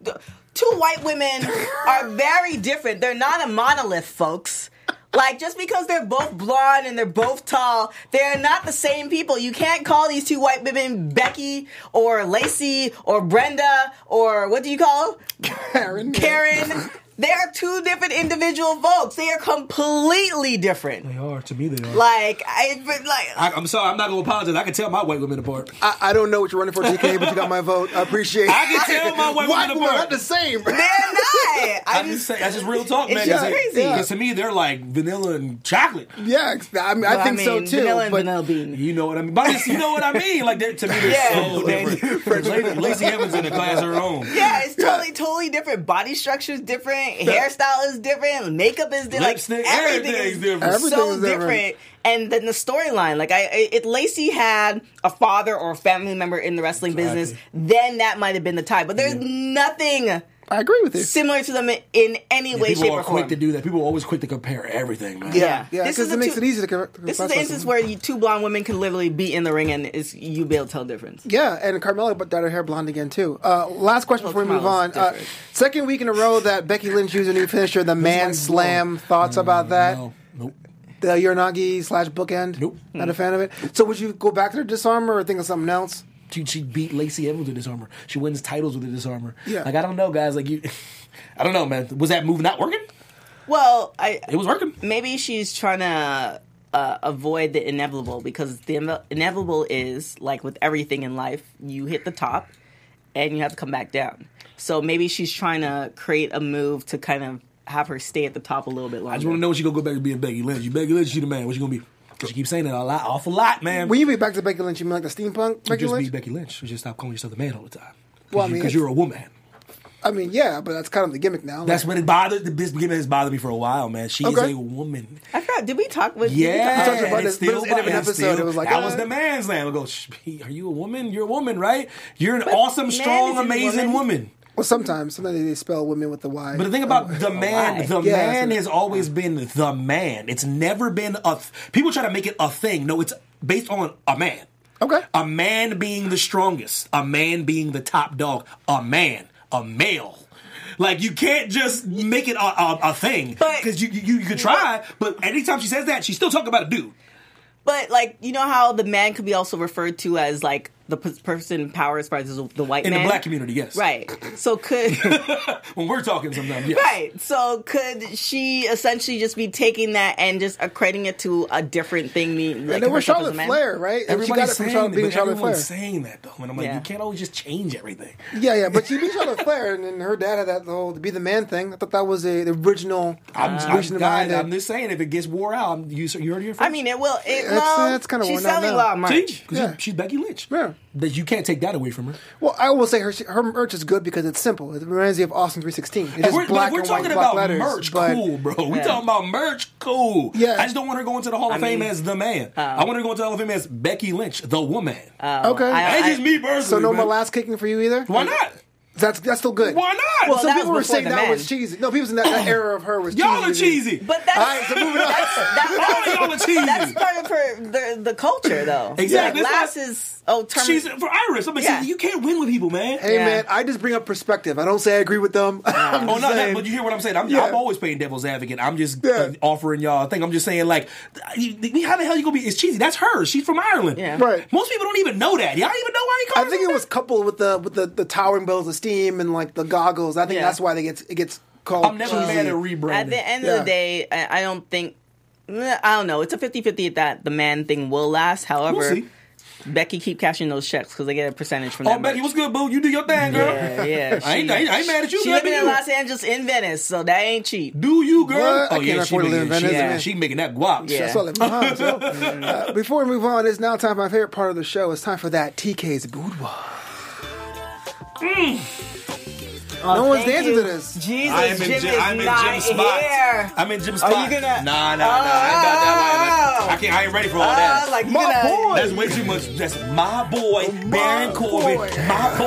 Two white women are very different. They're not a monolith, folks. Like just because they're both blonde and they're both tall, they're not the same people. You can't call these two white women Becky or Lacey or Brenda or what do you call
Karen,
Karen? They are two different individual folks. They are completely different.
They are to me. They are.
Like I but, like.
I, I'm sorry. I'm not gonna apologize. I can tell my white women apart.
I, I don't know what you're running for, TK, but you got my vote. I appreciate. it.
I can tell my white
White
women
women are not
apart.
the same.
they're not.
I just say that's just real talk, man.
It's
just crazy.
Because to me, they're like vanilla and chocolate.
yeah, I, mean, I think so
mean,
too.
Vanilla and
but
vanilla bean.
You know what I mean? But it's- you know what I mean? Like they're, to me, they're
Yeah.
so different. Lacey, Lacey Evans in a class of her own.
Yeah, it's totally, totally different. Body structure is different. Hairstyle is different. Makeup is different.
Lipstick,
like everything
everything's
is
different.
Everything
so
is different.
different. And then the storyline, like I, I- it, Lacey had a father or a family member in the wrestling business. Then that might have been the tie. But there's nothing
I agree with you.
similar to them in any way,
People
shape,
are
or
quick
form.
to do that. People are always quick to compare everything, man.
Yeah.
yeah,
This
because
is
it
a
makes
two-
it easy to. Con-
This is the instance where you two blonde women could literally be in the ring and it's, you'd be able to tell the difference.
Yeah, and Carmella but dyed her hair blonde again too. Uh, last question
Well,
before we move on.
Carmella's
Uh,
different.
second week in a row that Becky Lynch used a new finisher, the Man
like,
Slam. Thoughts about that?
Mm, No, nope.
The Uranagi slash bookend.
Nope. Mm.
Not a fan of it. So would you go back to the disarmer or think of something else?
She, she beat Lacey Evans with a disarmer. She wins titles with a disarmer.
Yeah.
Like I don't know, guys. Like you, I don't know, man. Was that move not working?
Well, I,
It was working.
maybe she's trying to uh, avoid the inevitable because the ine- inevitable is like with everything in life, you hit the top and you have to come back down. So maybe she's trying to create a move to kind of have her stay at the top a little bit longer.
I just want to know when she gonna go back to being Becky Lynch. You Becky Lynch, you the man. What you gonna be? Cause she keeps saying it a lot, awful lot, man.
When you be back to Becky Lynch, you mean like the steampunk
you
Becky
just be
Lynch?
Becky Lynch. You just stop calling yourself the man all the time.
Well, I
Because
mean, it's-
you're a woman.
I mean, yeah, but that's kind of the gimmick now.
That's
Like,
what it bothered. The business has bothered me for a while, man. She
Okay.
is a woman.
I forgot. Did we talk with? did we
Yeah,
talk-
talked about this-
and it's still
but it was in an
bothering-
episode,
still-
it was like,
that
uh,
was the man's land. I go, "Shh, are you a woman? You're a woman, right? You're an awesome,
man
strong,
is a
amazing
woman.
woman.
well, sometimes sometimes they spell women with the Y.
But the thing about the man,
Oh,
the
why?
Yeah,
man
so-
has always been the man. It's never been a. Th- People try to make it a thing. No, it's based on a man.
Okay.
A man being the strongest. A man being the top dog. A man. A male. Like you can't just make it a, a, a thing
But-
because you, you you could try, but anytime she says that, she's still talking about a dude.
But like, you know how the man could be also referred to as like the p- person in power as far as the white
In
man
the black community, yes.
right? So could.
When we're talking sometimes, yes.
Right. So could she essentially just be taking that and just accrediting it to a different thing? Mean like
and then we're
herself as a
Charlotte
man?
Flair, right? And she
Everybody's
got it from
saying,
Charlotte
it,
being
but
Charlotte Flair.
everyone's saying that though, and I'm like,
Yeah.
you can't always just change everything.
Yeah, yeah, but she beat Charlotte Flair, and, and her dad had that whole "be the man" thing. I thought that was a, the original
I'm,
original
I'm, guys,
behind it.
I'm just saying, if it gets wore out, I'm, you, you heard it here first.
Uh, I mean, it will. It,
That's-
well,
that's kinda
she's
worn out
selling
now.
a lot of
See?
merch.
'Cause
Yeah.
she- she's Becky Lynch.
Yeah.
That you can't take that away from her.
Well, I will say her her merch is good because it's simple. It reminds me of Austin three sixteen. It's
If
just
we're, but
black
if we're
and
talking
white
about
block letters.
merch,
but
cool, bro. we
Yeah.
talking about merch, cool.
Yeah.
I just don't want her going to the Hall of
I
Fame
mean- uh,
as the man. I want her going to the Hall of Fame as Becky Lynch, the woman.
okay.
Oh, I-
That's
I-
just me personally.
so no
man.
more last kicking for you either.
Why not?
That's that's still good.
Why not?
Well,
Well,
some
that
people were
was before
saying
the
that
man.
was cheesy. No, people in that, that era of her was
Y'all are
cheesy.
cheesy.
But that's
All right, so moving on.
that's,
All of y'all are cheesy.
that's part of her the, the culture though.
Exactly.
Like,
That's
Lass
why-
is oh, term-
She's for Iris. I'm like,
Yeah.
see, you can't win with people, man.
Hey
Yeah.
man, I just bring up perspective. I don't say I agree with them. I'm
Oh
just
no, no,
saying.
but you hear what I'm saying. I'm,
Yeah.
I'm always playing devil's advocate. I'm just
Yeah.
uh, offering y'all a thing. I'm just saying, like, you- you- how the hell you gonna be? It's cheesy. That's her. She's from Ireland.
Yeah.
Right.
Most people don't even know that. Y'all even know why he
I
called.
think it was coupled with the with the, the towering bills of steam and like the goggles. I think
Yeah.
that's why they gets it gets called.
I'm never
cheesy.
mad at
at
rebranding.
the end
Yeah.
of the day, I, I don't think. eh, I don't know. It's a 50-50 that the man thing will last. However,
see.
Becky keep cashing those checks because they get a percentage from
Oh,
that.
Becky,
merch.
what's good, boo? You do your thing, girl.
yeah, yeah.
I, ain't, I, ain't, I ain't mad at you.
She
girl.
living
Do
in
you.
Los Angeles in Venice, so that ain't cheap.
Do you, girl?
What? I
Oh
can't
yeah, she
afford to live in
making, she,
Venice,
man.
she making that guap.
Yeah.
That's all that matters, yo. Uh, before we move on, it's now time for my favorite part of the show. It's time for that TK's boudoir.
mm.
No one's
Oh, Thank
dancing
you.
to this.
Jesus,
I'm in
Jim
Jim-
is
I'm in
not
Jim's spot.
here.
I'm in Jim's
Are
spot.
you gonna-
Nah, nah, nah.
Oh.
I'm not that
Oh.
way. I can't. I ain't ready for all
Uh,
that.
like you
My
gonna-
boy.
That's way too much. That's my boy, Baron Corbin.
Oh, boy.
My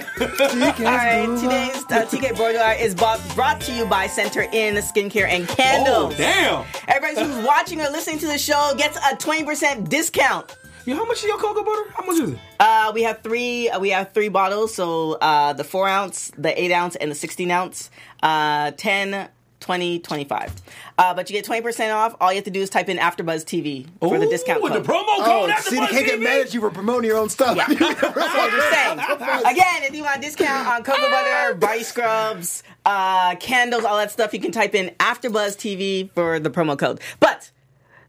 boy.
All right, today's uh, TK Bordeaux is bought, brought to you by Center In Skincare and
oh,
Candles.
damn.
Everybody who's watching or listening to the show gets a 20% discount.
Yo, how much is your cocoa butter? How much is it?
Uh, we have three. Uh, we have three bottles. So uh, the four ounce, the eight ounce, and the sixteen ounce. Uh, 10, 20, 25. Uh, but you get twenty percent off. All you have to do is type in AfterBuzz TV for the
Ooh,
discount
with
code.
the promo
Oh,
code. after
see, they
Buzz
can't get
TV.
mad at you for promoting your own stuff.
I'm just saying. Again, if you want a discount on cocoa butter, body scrubs, uh, candles, all that stuff, you can type in AfterBuzz TV for the promo code. But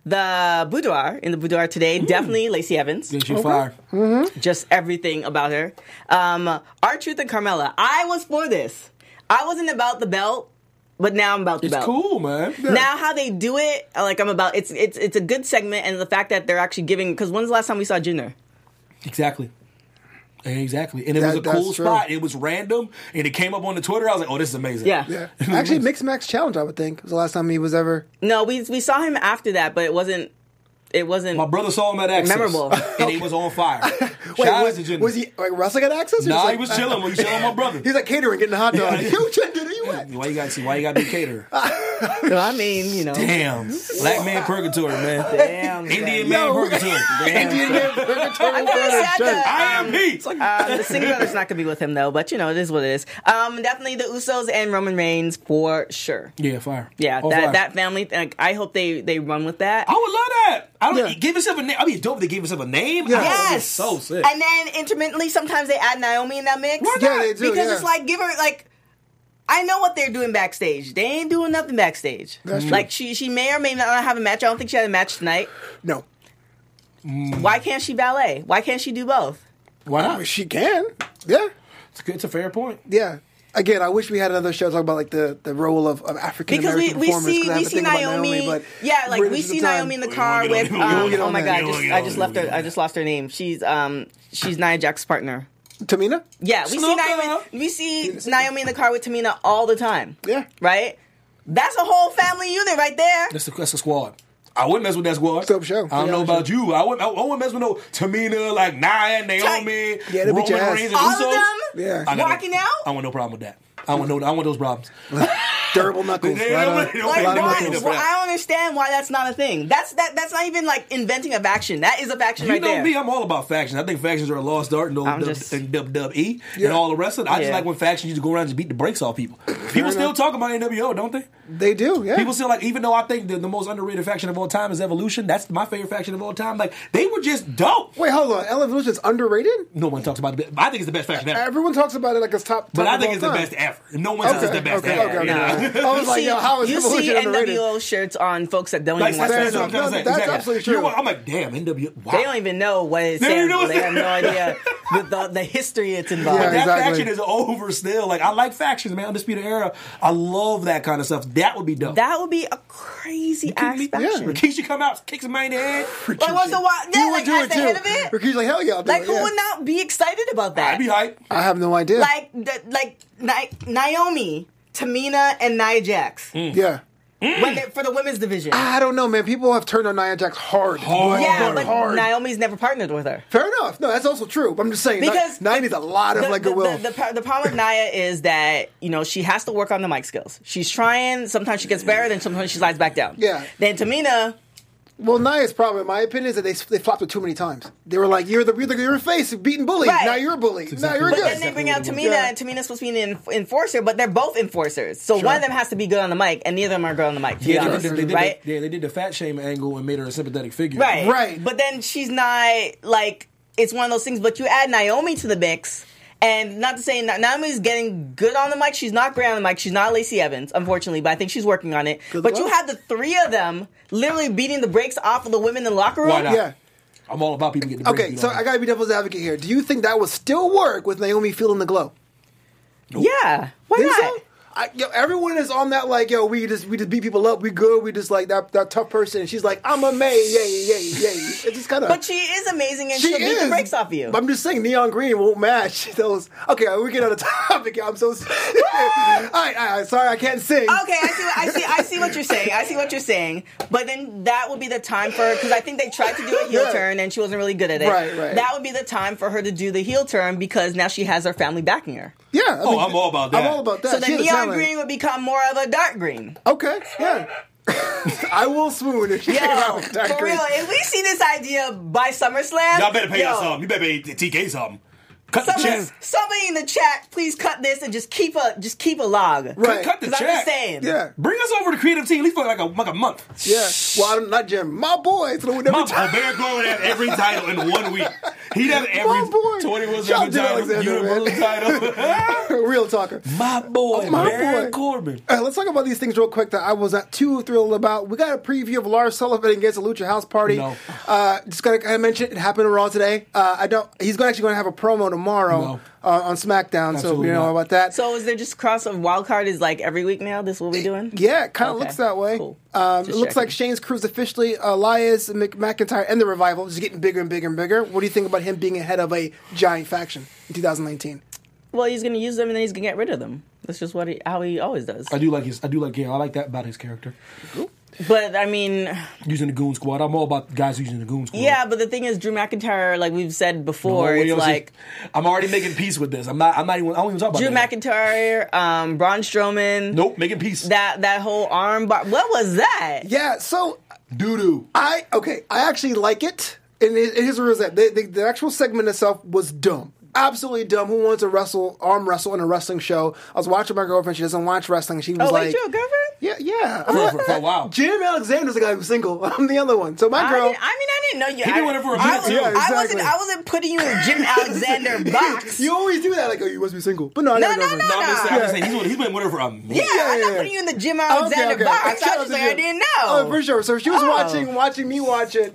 the boudoir in the boudoir today, definitely Lacey Evans.
She fire.
Just everything about her. Um, Our Truth and Carmella. I was for this. I wasn't about the belt, but now I'm about the
It's
belt.
cool, man.
Now how they do it, like I'm about. It's it's it's a good segment, and the fact that they're actually giving. Because when's the last time we saw Jinder?
Exactly. Exactly. And it
That-
was a
that's
cool
true.
spot. It was random. And it came up on the Twitter. I was like, oh, this is amazing.
Yeah.
Yeah. Actually, Mix Max Challenge, I would think, was the last time he was ever.
No, we we saw him after that, but it wasn't. It wasn't.
My brother saw him at Access.
Memorable.
And he was on fire.
Wait,
Shout out
was,
to Jinder.
was he like wrestling at Access? or
Nah,
just, like-
he was chilling. He was chilling with my brother.
He's like catering, getting a hot dog. Yo, Jinder, are you at?
Why you got to Why you got to be caterer?
I mean, you know.
Damn, black man purgatory, man.
Damn.
Indian
man.
man purgatory.
Indian man, vegetarian
I never
burger,
said
jerk.
that.
I am me.
Um, the Singh brothers not gonna be with him though, but you know it is what it is. Um, definitely the Usos and Roman Reigns for sure.
Yeah, fire.
Yeah,
On
that
fire.
that family. Like, I hope they they run with that.
I would love that. I don't
Yeah.
give yourself a name. I mean, dope. if They gave yourself a name. I thought it was
Yes.
so sick.
And then intermittently, sometimes they add Naomi in that mix.
Yeah, not? they do,
Because
yeah.
it's like give her like. I know what they're doing backstage. They ain't doing nothing backstage. Mm. Like she, she may or may not have a match. I don't think she had a match tonight.
No,
Why can't she ballet? Why can't she do both?
Why
But
not?
she can. Yeah,
It's, good- it's a fair point.
yeah. Again, I wish we had another show talk about like the, the role of, of African
Because we,
American
we
performers.
see
'cause I
we
have to
see
think about
Naomi,
but
yeah, like
we're
we
just
see
time.
Naomi in the car
get on
with.
that. We won't
Um,
get
oh
on
my
that.
god!
We
Just,
won't get
I
on
just
that.
left her. I just lost her name. She's um she's Nia Jax's partner.
Tamina.
Yeah, we
Snuka.
see Naomi. We see Naomi in the car with Tamina all the time.
Yeah.
Right. That's a whole family unit right there.
That's a, that's a squad. I wouldn't mess with that squad.
Dope show.
I don't
Yeah,
know
for
about you. but I wouldn't. I wouldn't mess with no Tamina, like Nia, Naomi,
Yeah, that'd be
Roman
jazz.
Reigns, and
All
Usos.
of them
Yeah.
I got no-
walking
I
out.
want no problem with that. I want no. I want those problems.
Durable knuckles.
They
right
don't-
on.
they don't
Like
Lot of
want
why?
nothing
knuckles.
to
Well,
that.
I don't understand why that's not a thing. That's that. That's not even like inventing a faction. That is a faction
You
right
know
there.
me, I'm all about factions. I think factions are a lost art in the
I'm
dub-
just-
in WWE and all the rest of it. I just
Yeah.
like when factions used to go around and just beat the brakes off people. People still talk about NWO, don't they?
They do. Yeah.
People still like, even though I think the, the most underrated faction of all time is Evolution, that's my favorite faction of all time. Like, they were just dope.
Wait, hold on. Evolution's underrated.
No one talks about it. but I think it's the best faction ever.
Everyone talks about it like it's top.
but
top
I
of
think
all
it's the
time.
best ever. No one says it's the best
okay,
ever.
okay, okay.
you know?
I was
You
like,
see-
yo, how is
you see
Evolution underrated?
NWO shirts on folks that don't
Like,
even
that's,
watch
that's
wrestling.
what I'm trying to say.
That's
Exactly.
absolutely true.
You know what? I'm like, damn, NWO. Wow.
They don't even know what it
They don't even
stands
know
for.
what
They
it
have no idea the, the, the history it's involved.
Yeah,
That
exactly.
faction is over still. Like I like factions, man. Undisputed Era. I love that kind of stuff. That would be dope.
That would be a crazy ass
Couldn't be-
faction.
yeah.
Rikishi come out, kicks him in the head.
Like, what's the wild? Yeah,
You
like,
would do
at
it
the
too.
head of it?
Ricky's like, hell yeah. I'll do
Like,
it,
who
yeah.
would not be excited about that?
I'd be hype.
I have no idea.
Like, the, like Ni- Naomi, Tamina, and Nia Jax
yeah.
when they- for the women's division.
I don't know, man. People have turned on Nia Jax hard. Ah, Hard.
yeah, but
hard.
Naomi's never partnered with her.
Fair enough. No, that's also true. But I'm just saying,
Because
because Nia needs a lot of
the,
like
the,
goodwill.
The, the, pro- the problem with Naya is that you know she has to work on the mic skills. She's trying. Sometimes she gets better, then sometimes she slides back down.
Yeah.
Then Tamina,
well, Nia's problem, in my opinion, is that they they flopped it too many times. They were like, "You're the you're the, you're a face, beating bully.
Right.
Now you're a bully.
exactly
now you're
but
what
good."
then they bring out Tamina,
Yeah.
and Tamina's supposed to be an en- enforcer, but they're both enforcers. So one of them has to be good on the mic, and neither of them are good on the mic. To be
Yeah, they
honest,
did, the- they did
right?
the, yeah, they did the fat shame angle and made her a sympathetic figure.
Right.
Right.
But then she's not like it's one of those things. But you add Naomi to the mix, and not to say Na- Naomi's getting good on the mic. She's not great on the mic. She's not Lacey Evans, unfortunately, but I think she's working on it. but you
luck.
have the three of them literally beating the brakes off of the women in the locker room.
Why not?
yeah.
I'm all about people getting the
Okay,
break,
so
you know.
I gotta be devil's advocate here. Do you think that would still work with Naomi feeling the glow?
Yeah. Why
Think
not?
so? I, yo, everyone is on that like, yo, we just we just beat people up, we good, we just like that that tough person. And she's like, I'm a May, yay, yay, yay. It's just kind of.
But she is amazing and she will beat the brakes off you.
But I'm just saying, neon green won't match those. Okay, we get on the topic. I'm so. all right, all right, all right, sorry, I can't sing.
Okay, I see. What, I see. I see what you're saying. I see what you're saying. But then that would be the time for her because I think they tried to do a heel
Yeah.
turn and she wasn't really good at it.
Right, right.
That would be the time for her to do the heel turn because now she has her family backing her.
Yeah. I
Oh, I'm all about that.
I'm all about that.
So the
She had a
neon
talent.
green would become more of a dark green.
Okay, yeah. I will swoon if she
Yo,
came out with dark
for
green.
real. If we see this idea by SummerSlam,
Y'all better pay
yo,
us something. You better pay TK something. Cut the
Somebody,
check.
somebody in the chat, please cut this and just keep a just keep a log.
Right.
Cut the
Because I'm
check.
just saying.
Yeah,
Bring us over to creative team at least for like a like a month.
yeah. Well, I'm not Jim. My boy. So every
My
time.
boy, Baron Corbin had every title in one week. He had every
My boy.
21
Shout
seven
out to
title,
Alexander, man.
universal title.
Real talker.
My boy,
Oh, My
Baron
boy.
Corbin.
All right, let's talk about these things real quick that I was not too thrilled about. We got a preview of Lars Sullivan against the Lucha House Party.
No.
Uh, just gonna kind of mention it happened to Raw today. Uh, I don't. He's gonna actually gonna have a promo tomorrow
No.
uh, on SmackDown, so we
Absolutely
don't know
not.
about that.
So is there just cross of wild card is like every week now? This what we doing?
Yeah, it kind of
Okay,
looks that way.
cool.
Um, it
Just
looks like
checking.
Shane's crew's officially uh, Elias Mc- McIntyre and the Revival is getting bigger and bigger and bigger. What do you think about him being ahead of a giant faction in 2019?
Well, he's gonna use them and then he's gonna get rid of them. That's just what he, how he always does.
I do like his. I do like. Yeah, I like that about his character.
But I mean,
Using the goon squad. I'm all about guys using the goon squad.
yeah. But the thing is, Drew McIntyre, like we've said
The whole
before,
way
it's
else is-
like
I'm already making peace with this. I'm not. I'm not even. I don't even talk about
Drew
that.
McIntyre, um, Braun Strowman.
Nope, making peace.
That that whole arm bar. What was that?
Yeah, so
doo doo.
I okay, I actually like it. And it, it is a result. The, the, the actual segment itself was dumb. Absolutely dumb. Who wants to wrestle, arm wrestle in a wrestling show? I was watching my girlfriend. She doesn't watch wrestling. She was
Oh, wait,
like,
you a girlfriend?
Yeah, yeah.
For- for- for a while.
Jim Alexander's the guy who's single. I'm the other one. So my
I,
girl.
didn't, I mean, I didn't know you.
He
I,
been with her for a
I
minute,
wasn't,
yeah,
I wasn't.
exactly.
I wasn't putting you in Jim Alexander box.
You always do that, like, oh, you must be single. But no, I
No,
never got
no, no,
one.
I'm just saying, I'm just saying, he's, he's been with her for a
yeah,
minute.
I'm
yeah,
not
yeah.
putting you in the Jim
Okay,
Alexander
okay.
box. I
Shout
was
out
just
to
like,
Jim.
I didn't know.
Oh, for sure. So she was
Oh.
watching, watching me watch it.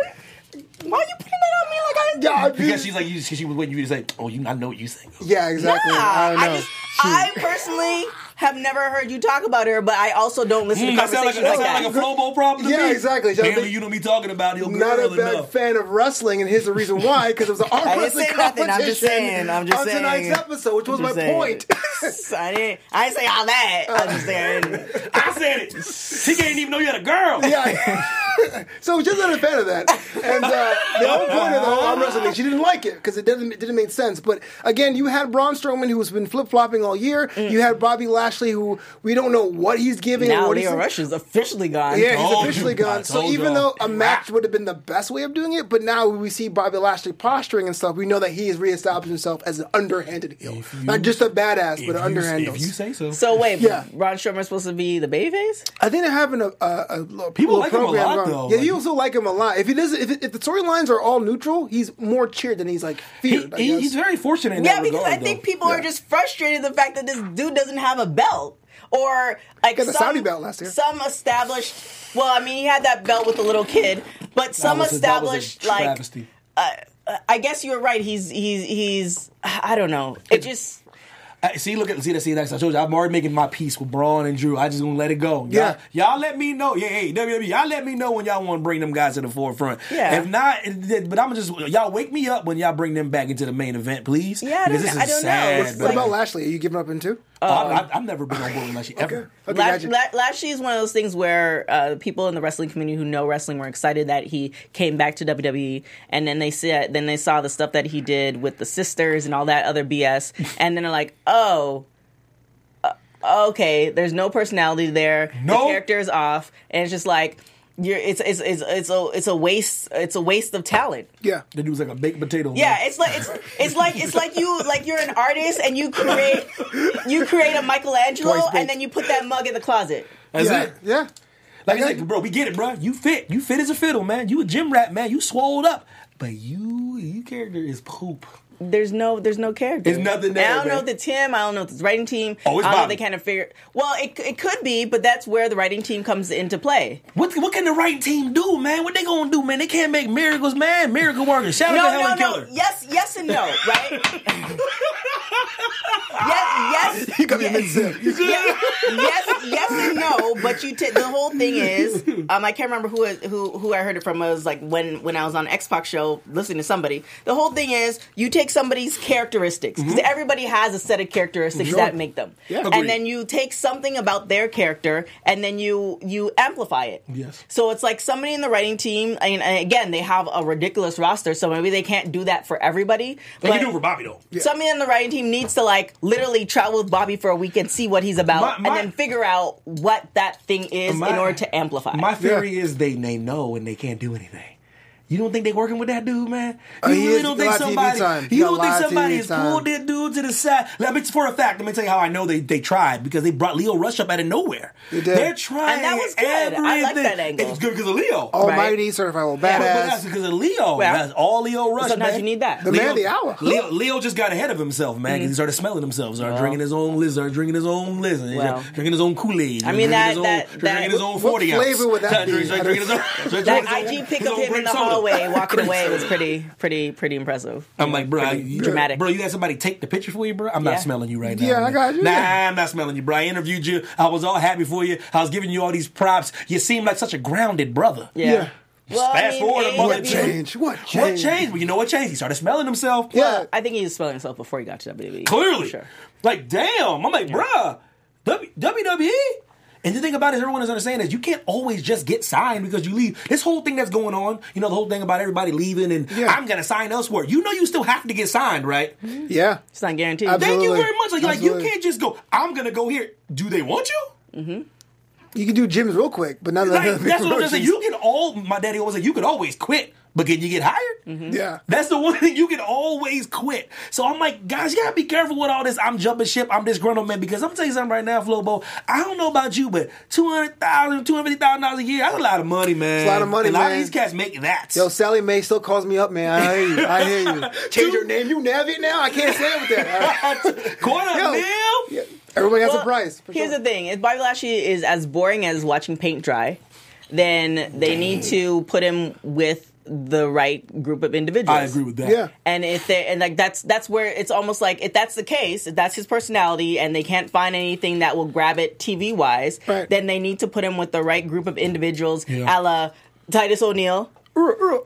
Why are you putting that on me like I didn't do
Yeah, I mean-
Because she's like, you, she was waiting you to say, oh, you, I know what you saying.
yeah, exactly. I don't know.
just, I personally have never heard you talk about her, but I also don't listen
Mm,
to
that sound like,
conversations
a-
like,
that sound
that.
like a FOMO problem to
Yeah,
me.
exactly. So I
Barely
think-
you don't be talking about your girl
not a bad
enough.
fan of wrestling, and here's the reason why: because it was an arm
I didn't
wrestling
say
competition
nothing, I'm just saying, I'm just
on
saying.
tonight's episode, which was my
just saying.
point.
I didn't. I didn't say all
Uh,
that. I just said
I said it. He didn't even know you had a girl.
yeah. so just not a fan of that. And uh, the whole point of the whole arm wrestling, thing, she didn't like it because it didn't it didn't make sense. But again, you had Braun Strowman who's been flip flopping all year.
Mm.
You had Bobby Lashley who we don't know what he's giving. or
now
what he's
Leo Rush is officially gone.
Yeah,
Oh.
he's
told
officially
you. I
gone. So
told
even though
y'all.
a match would have been the best way of doing it, but now we see Bobby Lashley posturing and stuff. We know that he has reestablished himself as an underhanded heel,
If you-
not just a badass,
If
but an
you-
underhanded.
If you say so.
So wait,
Yeah.
Ron Strowman's supposed to be the babyface?
I think they're having a, a, a little,
People
little
like him a
program
lot,
going.
though.
Yeah, you
Like-
also like him a lot. If he does, if, if the storylines are all neutral, he's more cheered than he's like
He-
feared. I
he-
guess.
he's very fortunate. In
Yeah,
that
because
regard,
I think
though.
people are just frustrated the fact that this dude doesn't have a belt or like
Got the
some,
Saudi belt last year.
Some established. Well, I mean, he had that belt with the little kid, but
That
some
was a- that was a
established like.
travesty.
Uh, I guess you're right. He's he's he's. I don't know. It just.
I- see, look at see that. See that. I told you, I'm already making my peace with Braun and Drew. I just gonna let it go. Y'all,
Yeah.
y'all let me know. Yeah, hey WWE, y'all let me know when y'all want to bring them guys to the forefront.
Yeah.
If not, it- it- but I'm just y'all wake me up when y'all bring them back into the main event, please.
Yeah, I
Because this
don't-
is
I don't know.
sad,
It's um,
man.
what about Lashley? Are you giving up in two?
Oh, I, I, I've never been on board with Lashley ever.
Okay,
La-
gotcha.
La- Lashley is one of those things where uh, people in the wrestling community who know wrestling were excited that he came back to WWE, and then they said, then they saw the stuff that he did with the sisters and all that other BS, and then they're like, oh. uh, Okay, there's no personality there. The
No.
character is off, and it's just like you're. It's it's it's it's a it's a waste. It's a waste of talent.
yeah.
The dude's like a baked potato.
Yeah, it's like it's it's like it's like you like you're an artist and you create you create a Michelangelo
Twice baked.
and then you put that mug in the closet.
that's
yeah.
it.
Yeah.
Like I said, bro, we get it, bro. You fit. You fit as a fiddle, man. You a gym rat, man. You swolled up, but you you character is poop.
There's no there's no character.
There's nothing
And
there,
I don't know
man.
if it's him. I don't know if it's writing team.
Oh, it's
I don't know if
Bobby.
they kind of figure. Well, it it could be, but that's where the writing team comes into play.
What what can the right team do, man? What they gonna do, man? They can't make miracles, man. Miracle workers. Shout out to
No, no,
Helen
no.
Keller.
Yes, yes, and no. Right. yes, yes.
You cut me mid zip.
yes, yes, yes and no. But you t- the whole thing is um, I can't remember who who who I heard it from. It was like when when I was on Xbox show listening to somebody. The whole thing is you take somebody's characteristics 'cause
Mm-hmm.
everybody has a set of characteristics
Sure.
that make them,
Yeah.
and
Agreed.
then you take something about their character and then you you amplify it.
Yes.
So it's like somebody in the writing team. I mean, and again, they have a ridiculous roster, so maybe they can't do that for everybody.
They can
but-
do it for Bobby though.
Somebody on the writing team needs to like literally travel with Bobby for a week and see what he's about,
My- my-
and then figure out what that thing is
My-
in order to amplify.
My theory is they they know and they can't do anything. You don't think they working with that dude, man? You
Oh, he
really
is-
don't
a
think
lot of TV
somebody?
time. He
You
got a
don't think
lot of
somebody
TV
has
time.
pulled that dude to the side? Let me for a fact. Let me tell you how I know they they tried because they brought Leo Rush up out of nowhere. They
did.
are trying.
And that was good. I like
everything.
that angle.
It's good because of Leo.
Oh, Almighty, certifiable
But- But that's
badass.
because of Leo. That's all Leo Rush.
Sometimes
man.
you need that. Mm. The
man of the hour.
Leo, Leo just got ahead of himself, man. 'cause He started smelling himself. Started drinking his own lizard. Started drinking his own lizard. he
Well.
started Drinking his own Kool Aid.
I mean, that- that- that-
drinking his own
What
forty ounce.
flavor would that
Started
be?
drinking- started drinking his own- started
that
drinking his own-
IG pick
his
of
own
him in
grape
the
soda.
hallway walking
Grape
away was
soda.
pretty, pretty, pretty impressive.
I'm like, bro,
Pretty
you,
dramatic.
bro, you had somebody take the picture for you, bro. I'm
Yeah.
not smelling you right now.
Yeah, I
man.
got you.
Nah, I'm not smelling you, bro. I interviewed you. I was all happy for you. I was giving you all these props. You seem like such a grounded brother.
Yeah.
Yeah.
Well, I
Fast
mean,
forward a
A,
month.
What
W-
change? What change?
What changed? Well, you know what changed? He started smelling himself.
Yeah.
I think he was smelling himself before he got to WWE.
Clearly.
Sure.
Like, damn. I'm like, bruh, w- WWE? And the thing about it is everyone is understanding is you can't always just get signed because you leave. This whole thing that's going on, you know, the whole thing about everybody leaving and
Yeah.
I'm gonna sign elsewhere. You know you still have to get signed, right?
Yeah.
It's not guaranteed.
Absolutely.
Thank you very much. Like, like, you
Absolutely.
can't just go, I'm gonna go here. Do they want you?
You can do gyms real quick, but none of
Like,
them.
that's what I'm saying. You can all my daddy always said, you can always quit, but can you get hired?
Mm-hmm.
Yeah.
That's the one thing you can always quit. So I'm like, guys, you gotta be careful with all this. I'm jumping ship. I'm disgruntled man because I'm telling you something right now, Flobo. I don't know about you, but two hundred thousand, two hundred fifty thousand dollars a year. That's a lot of money, man.
It's a lot of money,
A lot
man.
of these cats make that.
Yo, Sally Mae still calls me up, man. I hear you. I hear you. Change your
Dude.
name. You Navi now? I can't stand with that.
quarter
Yo.
mil.
Yeah. Everybody has a
Well,
price. for
Here's
sure.
the thing: if Bobby Lashley is as boring as watching paint dry, then they need to put him with the right group of individuals.
I agree with that.
Yeah.
And if they and like that's that's where it's almost like if that's the case, if that's his personality, and they can't find anything that will grab it TV wise,
Right.
then they need to put him with the right group of individuals,
Yeah.
a la Titus O'Neil.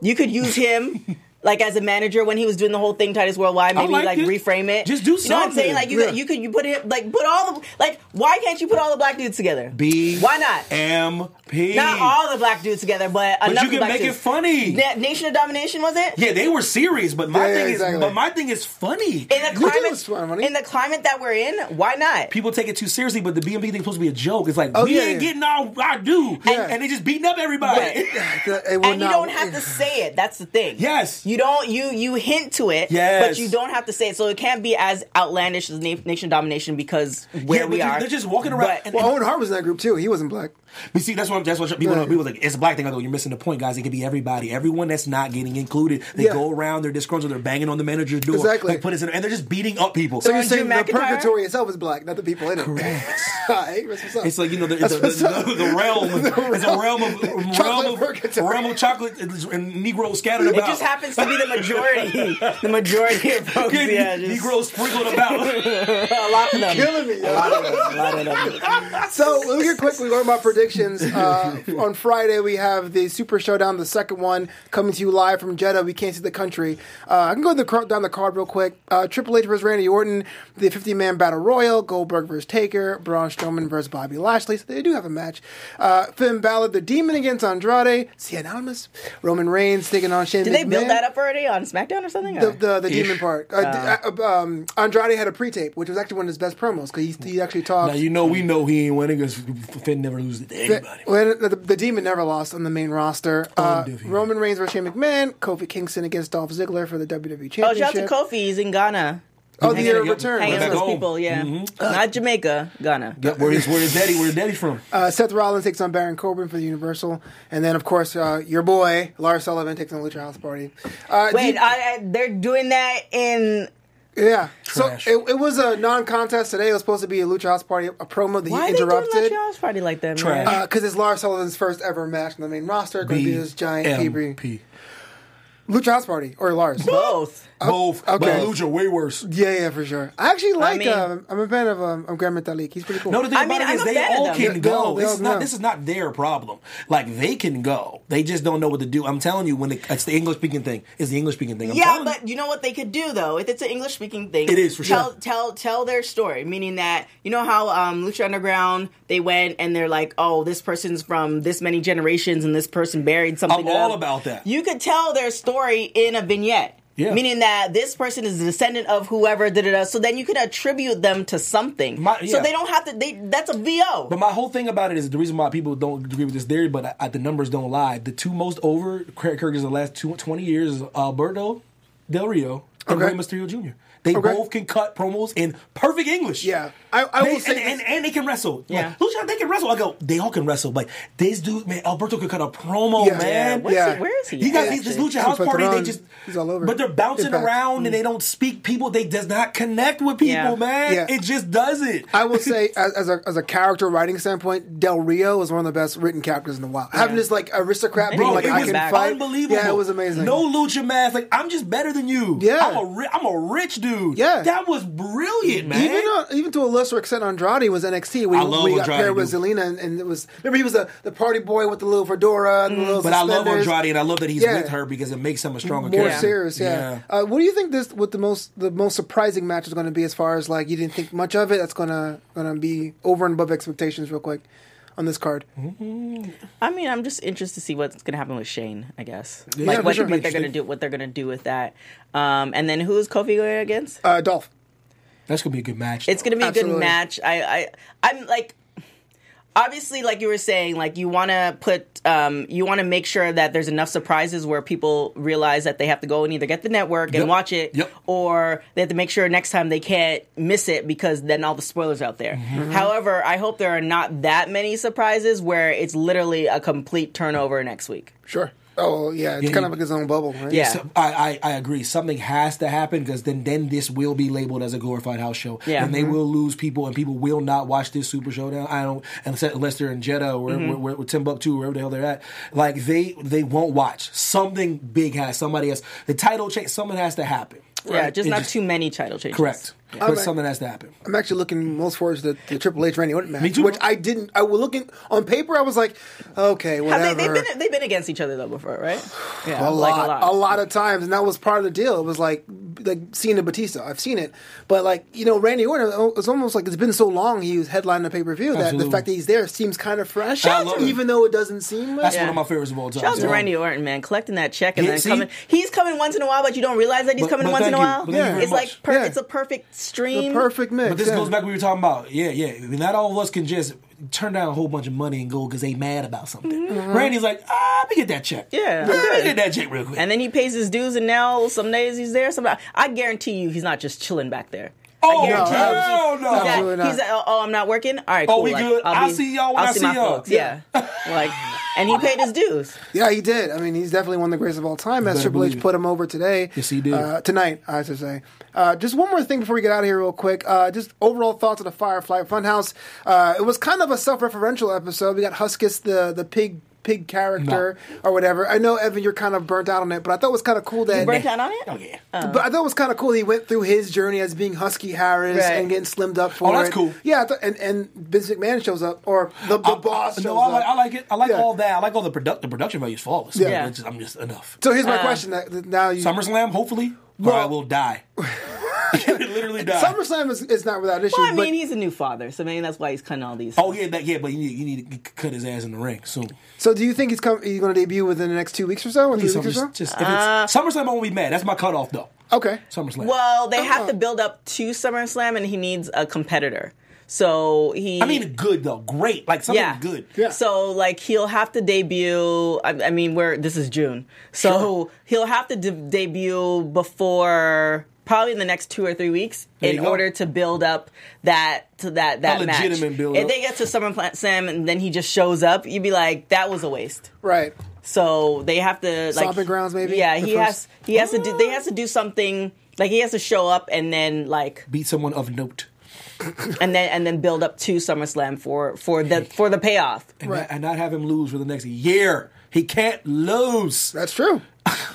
You could use him. Like as a manager, when he was doing the whole thing, Titus Worldwide, maybe
like
like
it.
reframe it.
Just do
You know what I'm
something.
saying? Like you,
Yeah.
you could you put it like put all the like why can't you put all the black dudes together?
B.
why not?
M P.
Not all the black dudes together, but
But
enough
you can
black
make it
dudes.
funny.
Na- Nation of Domination was it?
Yeah, they were serious, but my
Yeah,
thing
exactly.
is, but my thing is funny.
In the
You do
climate,
this for money.
in the climate that we're in, why not?
people take it too seriously, but the BMP thing's supposed to be a joke. It's like
Oh,
we
yeah,
ain't
yeah.
getting all our due, and, and they just beating up everybody.
It will
and you
not-
don't have to say it. That's the thing.
Yes.
you don't. You you hint to it.
Yes.
but you don't have to say it. So it can't be as outlandish as Na- Nation of Domination because where
Yeah,
we
but you-
are,
they're just walking around.
But-
and,
Well, Owen Hart was in that group too. He wasn't black.
you see, that's what I'm, that's what people
Yeah.
people like. It's a black thing. I go, you're missing the point, guys. It could be everybody. Everyone that's not getting included, they
Yeah.
go around, they're disgruntled, they're banging on the manager's door,
Exactly.
Like, put us in, and they're just beating up people.
So you're
Jim
saying the
McIntyre?
purgatory itself is black, not the people in it. Correct.
It's like you know the, the, the, the, the realm. It's a realm of
Chocolate
realm of,
purgatory.
realm of chocolate and Negro scattered
it
about.
just happens to be the majority. the majority of folks,
Yeah,
yeah, just,
Negro sprinkled about.
a lot of them.
killing me. yo. so look here quick. We learned about predictions. Uh, on Friday, we have the Super Showdown, the second one, coming to you live from Jeddah. We can't see the country. Uh, I can go the, cro- down the card real quick. Uh, Triple H versus Randy Orton, the 50 man battle royal, Goldberg versus Taker, Braun Strowman versus Bobby Lashley. So they do have a match. Uh, Finn Balor, the demon against Andrade, See Anonymous, Roman Reigns taking on Shane
Did they build
McMahon.
that up already on SmackDown or something?
The, the,
or-
the demon part. Uh, d- uh, um, Andrade had a pre-tape, which was actually one of his best promos because he, he actually talked.
Now you know we know he ain't winning because Finn never loses to anybody.
Well, the, the, demon never lost on the main roster. Uh,
Undefeated.
Roman Reigns versus Shane McMahon. Kofi Kingston against Dolph Ziggler for the WWE Championship.
oh, shout out to Kofi. He's in Ghana.
Oh, the year of
Hanging out
return.
Hanging
We're
out
back
with
home.
people, yeah.
Mm-hmm.
Not Jamaica, Ghana.
Yeah, where is where is Daddy? Where is Daddy from?
Uh, Seth Rollins takes on Baron Corbin for the Universal, and then of course uh, your boy Lars Sullivan takes on Lucha House Party. Uh,
Wait,
the-
I, I, they're doing that in.
yeah.
Trash.
So it, it was a non-contest today. It was supposed to be a Lucha House Party, a promo that he
Why are they doing
interrupted.
Montreal's party like that, man?
Trash.
Uh, Because it's Lars Sullivan's first ever match on the main roster. Going to be this giant
B.M.P..
Hebrew. Lucha House Party or Lars.
Both.
Both. Okay.
Uh, okay.
But Lucha way worse.
Yeah, yeah, for sure. I actually like.
mean-
um, I'm a fan of um, um, Grand Metalik. He's pretty cool.
No, the thing
I
about
mean,
it
I'm
is
a
they
fan of
all
them.
They'll-
can go. This
they'll
is not
know.
this is not their problem. Like they can go. They just don't know what to do. I'm telling you, when the, it's the English speaking thing, it's the English speaking thing. I'm
Yeah,
telling
but you know what they could do though? If it's an English speaking thing,
It is, for
tell,
sure.
Tell tell their story, meaning that you know how um, Lucha Underground they went and they're like, oh, this person's from this many generations and this person buried
I'm
something.
all
up.
about that.
You could tell their story in a vignette.
Yeah.
Meaning that this person is a descendant of whoever did it. So then you could attribute them to something.
My-
So
yeah.
they don't have to. They that's a VO.
But my whole thing about it is the reason why people don't agree with this theory, but I, I, the numbers don't lie. The two most over credit characters of the last two, 20 years is Alberto Del Rio and
Okay.
Rey Mysterio Jr. They
Okay.
both can cut promos in perfect English.
Yeah. I- I
they,
will say
and,
this-
and, and they can wrestle.
Yeah.
Yeah. Like, Lucha, they can wrestle. I go, they all can wrestle. Like, this dude, man, Alberto could cut a promo,
Yeah.
man.
Where's
Yeah.
he- where is he?
You got
at,
these this
actually?
Lucha House
He's
Party. They
Patron.
just,
He's all over.
but they're bouncing
Impact. Mm.
around and they don't speak people. They does not connect with people,
Yeah.
man.
Yeah.
It just doesn't.
I will say, as, as a as a character writing standpoint, Del Rio is one of the best written characters in the wild. Having this like aristocrat,
Bro,
being like
it
I
was
can
back.
fight,
unbelievable.
Yeah, it was amazing.
No lucha mask. Like I'm just better than you.
Yeah.
I'm a, ri- I'm a rich dude.
Yeah.
that was brilliant, man.
Even on, even to a lesser extent, Andrade was NXT. We,
I love
we got
Andrade,
paired with
dude.
Zelina, and, and it was remember he was the, the party boy with the little fedora and the little.
Mm-hmm. but I love
suspenders.
Andrade, and I love that he's
Yeah.
with her because it makes him a stronger
More
character.
serious, yeah. Uh, what do you think this what the most the most surprising match is going to be? As far as like you didn't think much of it, that's gonna gonna be over and above expectations, real quick, on this card.
Mm-hmm.
I mean, I'm just interested to see what's going to happen with Shane. I guess,
for
like what,
sure.
what they're going to do, what they're going to do with that, um, and then who's Kofi going against?
Uh, Dolph.
That's gonna be a good match.
It's going to be a
Absolutely.
good match. I, I, I'm like, obviously, like you were saying, like you want to put, um, you want to make sure that there's enough surprises where people realize that they have to go and either get the network and
Yep.
watch it,
Yep.
or they have to make sure next time they can't miss it because then all the spoilers out there.
Mm-hmm.
However, I hope there are not that many surprises where it's literally a complete turnover next week.
Sure. Oh yeah, it's
Yeah,
kind
you-
of like his own bubble, right?
Yeah.
So, I, I I agree. Something has to happen because then then this will be labeled as a glorified house show,
Yeah. Mm-hmm.
and they will lose people, and people will not watch this Super Showdown. I don't unless, unless they're in Jeddah or
Mm-hmm.
where, where, where Timbuktu, wherever the hell they're at. Like they they won't watch. Something big has somebody has the title change. Something has to happen.
Yeah, just
It
not too many title changes.
Correct. But
Alright.
something has to happen.
I'm actually looking most forward to the, the Triple H Randy Orton match,
Me too.
which I didn't. I was looking on paper. I was like, okay, whatever.
Have Uh, they, they've been they've been against each other though before, right? Yeah,
Oh, a lot,
like
a lot, of times, and that was part of the deal. It was like like Cena Batista. I've seen it, but like you know, Randy Orton. oh, It's almost like it's been so long. He was headlining the pay per view that the
Absolutely.
fact that he's there seems kind of fresh,
I love it.
even though it doesn't seem like.
That's one of my favorites of all time.
Shout out to
Yeah.
Randy Orton, man, collecting that check and
Yeah,
then
see?
coming. He's coming once in a while, but you don't realize that he's
But-
coming
but
once in a
thank you.
while.
But thank you very
it's like
much.
per,
Yeah.
it's a perfect
The
stream.
perfect mix.
But this
yeah.
goes back to what we were talking about. Yeah, yeah. I mean, not all of us can just turn down a whole bunch of money and go because they mad about something.
Uh-huh.
Randy's like, ah, let me get that check.
Mm-hmm. Yeah, I'm
let me
good.
get that check real quick.
And then he pays his dues, and now some days he's there. Some I guarantee you, he's not just chilling back there.
oh,
I
no,
guarantee you.
hell no.
He's at-
Absolutely not.
he's at, oh, oh, I'm not working. All right,
Oh,
cool.
we
like,
good. I'll
be-
see y'all when
I'll
I
see
see
my
y'all.
folks. Yeah, like, and he paid his dues.
Yeah, he did. I mean, he's definitely one of the greatest of all time. As
better
Triple H
believe it.
put him over today.
Yes, he did.
Uh, tonight, I should say. Uh, just one more thing before we get out of here, real quick. Uh, just overall thoughts of the Firefly Funhouse. Uh, it was kind of a self-referential episode. We got Huskus, the the pig pig character or whatever. I know Evan, you're kind of burnt out on it, but I thought it was kind of cool that.
Burnt out on it.
Oh, yeah.
But I thought it was kind of cool. He went through his journey as being Husky Harris
Right.
and getting slimmed up for
Oh, that's
it.
cool.
Yeah, I thought- and and Vince McMahon shows up or the, the boss. Shows
No, I like,
up.
I like it. I like
Yeah.
all that. I like all the, product, the production value is flawless.
Yeah.
Yeah. It's- I'm just enough.
So here's my
Uh.
question. That, that now you
SummerSlam, hopefully,
Well-
or I will die. Literally die.
SummerSlam is, is not without issues.
Well, I
but
mean, he's a new father, so maybe that's why he's cutting all these.
oh, yeah, that, yeah, but you need, you need to c- cut his ass in the ring soon.
So do you think he's come? He's going to debut within the next two weeks or so? Or three
Please,
weeks or so?
just, just, if it's, SummerSlam, I won't be mad. That's my cutoff, though.
okay.
SummerSlam.
Uh, Well, they have to build up to SummerSlam, and he needs a competitor. So he.
I mean, good though, great, like something
yeah,
good.
Yeah.
So like he'll have to debut. I, I mean, we're this is June, so he'll have to de- debut before probably in the next two or three weeks
There
in
you go.
order to build up that to that that
A
match.
legitimate build
if
up.
they get to SummerSlam and then he just shows up, you'd be like, that was a waste.
Right.
So they have to like
Stomping grounds, maybe?
Yeah,
The
he
first- Ah.
has he has to do they has to do something like he has to show up and then like
Beat someone of note,
and then and then build up to SummerSlam for for the for the payoff.
and,
Right.
not, and not have him lose for the next year. He can't lose.
That's true.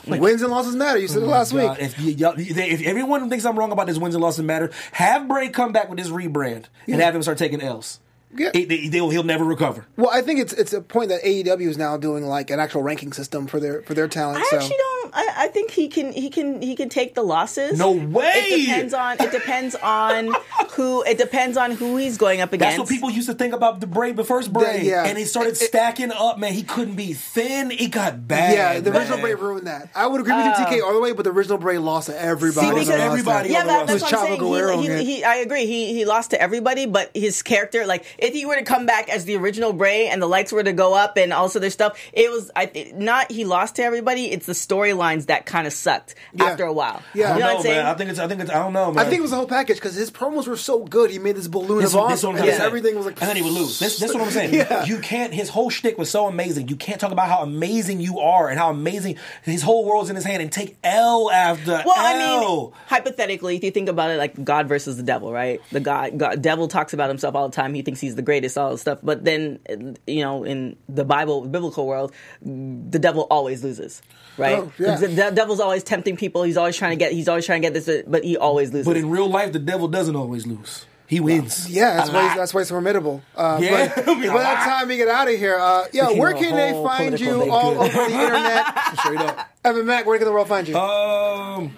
Wins and losses matter. You said it last
oh God,
week.
If, you, y'all, they- if everyone thinks I'm wrong about this wins and losses matter, have Bray come back with his rebrand and have him start taking L's.
Yeah.
He- they- they'll- he'll never recover.
Well, I think it's it's a point that AEW is now doing like an actual ranking system for their for their talent.
I
so
actually don't. I, I think he can. He can. He can take the losses.
No way!
It depends on. It depends on who. It depends on who he's going up
That's
against.
what people used to think about the Bray, the first Bray,
yeah.
and he started stacking up. Man, he couldn't be thin. It got bad.
yeah, the original
man.
Bray ruined that. I would agree with you, TK, all the way, but the original Bray lost to everybody.
Um, See,
on the
because-
roster.
everybody
Yeah,
on the
but
roster.
that's what I'm
Chavo
saying.
Guerrero,
he,
man.
he, he, I agree. He he lost to everybody, but his character, like if he were to come back as the original Bray and the lights were to go up and all this other stuff, it was I thi- not he lost to everybody. It's the storylines that kind of sucked
Yeah.
after a while.
Yeah.
you
I
know what
No,
I'm saying.
man. I think it's. I think it's. I don't know, man.
I think it was the whole package because his promos were so good. He made this balloon
This
of
one- this
awesome,
one
and
was
then
it.
everything was like.
and then he would lose. This, this is what I'm saying.
Yeah.
You can't. His whole shtick was so amazing. You can't talk about how amazing you are and how amazing his whole world's in his hand and take L after
Well, I mean,
L.
hypothetically, if you think about it, like God versus the devil, right? The God, God, devil talks about himself all the time. He thinks he's the greatest, all this stuff. But then, you know, in the Bible, biblical world, the devil always loses, right?
Oh, yeah.
the, the devil's always tempting people. He's always trying to get. He's always trying to get this, but he always loses.
But in real life, the devil doesn't always lose. He wins.
Yeah, that's
A
why,
lot.
he's, that's why he's formidable. Uh,
Yeah.
but by that time we get out of here, uh, yeah,
Became
where
a
can they
whole
find
political
you
thing.
all
Good.
over the internet?
straight up.
Evan Mack, where can the world find you?
Um,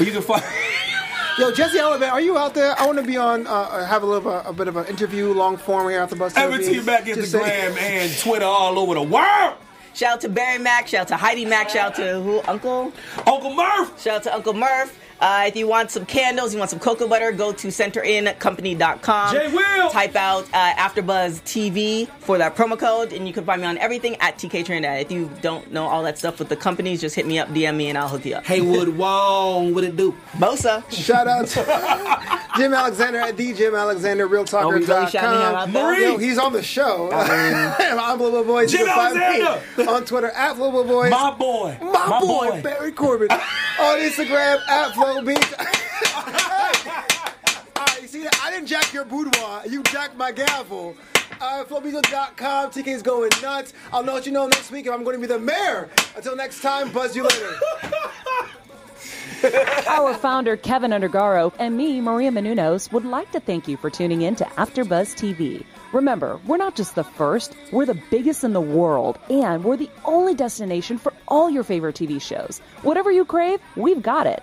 you can find.
Yo, Jesse Oliver, are you out there? I want to be on, uh, uh, have a little, uh, a bit of an interview, long form here at the bus.
Evan T. Mack
Just
Instagram
say-
and Twitter all over the world.
shout out to Barry Mack. Shout out to Heidi Mack. Shout out to who? Uncle.
Uncle Murph.
Shout out to Uncle Murph. Uh, if you want some candles, you want some cocoa butter, go to centerincompany.com.
Jay Will.
Type out uh, AfterBuzz TV for that promo code, and you can find me on everything at TK Trinidad. If you don't know all that stuff with the companies, just hit me up, DM me, and I'll hook you up.
Haywood Wong, what it do?
Bosa.
Shout out to Jim Alexander at the Jim Alexander
Oh, we really shouting him
RealTalker.com.
out there?
Yo, he's on the show. and I'm Lobo Boys. You
Jim
can find me
Alexander!
on Twitter at Lobo Boys.
My boy.
My, boy, Barry Corbin. on Instagram at Flow Beach. Alright, you see that? I didn't jack your boudoir. You jacked my gavel. Uh, FlowBeagle.com. TK's going nuts. I'll know what you know next week if I'm going to be the mayor. Until next time, buzz you later.
Our founder, Kevin Undergaro, and me, Maria Menounos, would like to thank you for tuning in to AfterBuzz TV. Remember, we're not just the first, we're the biggest in the world, and we're the only destination for all your favorite TV shows. Whatever you crave, we've got it.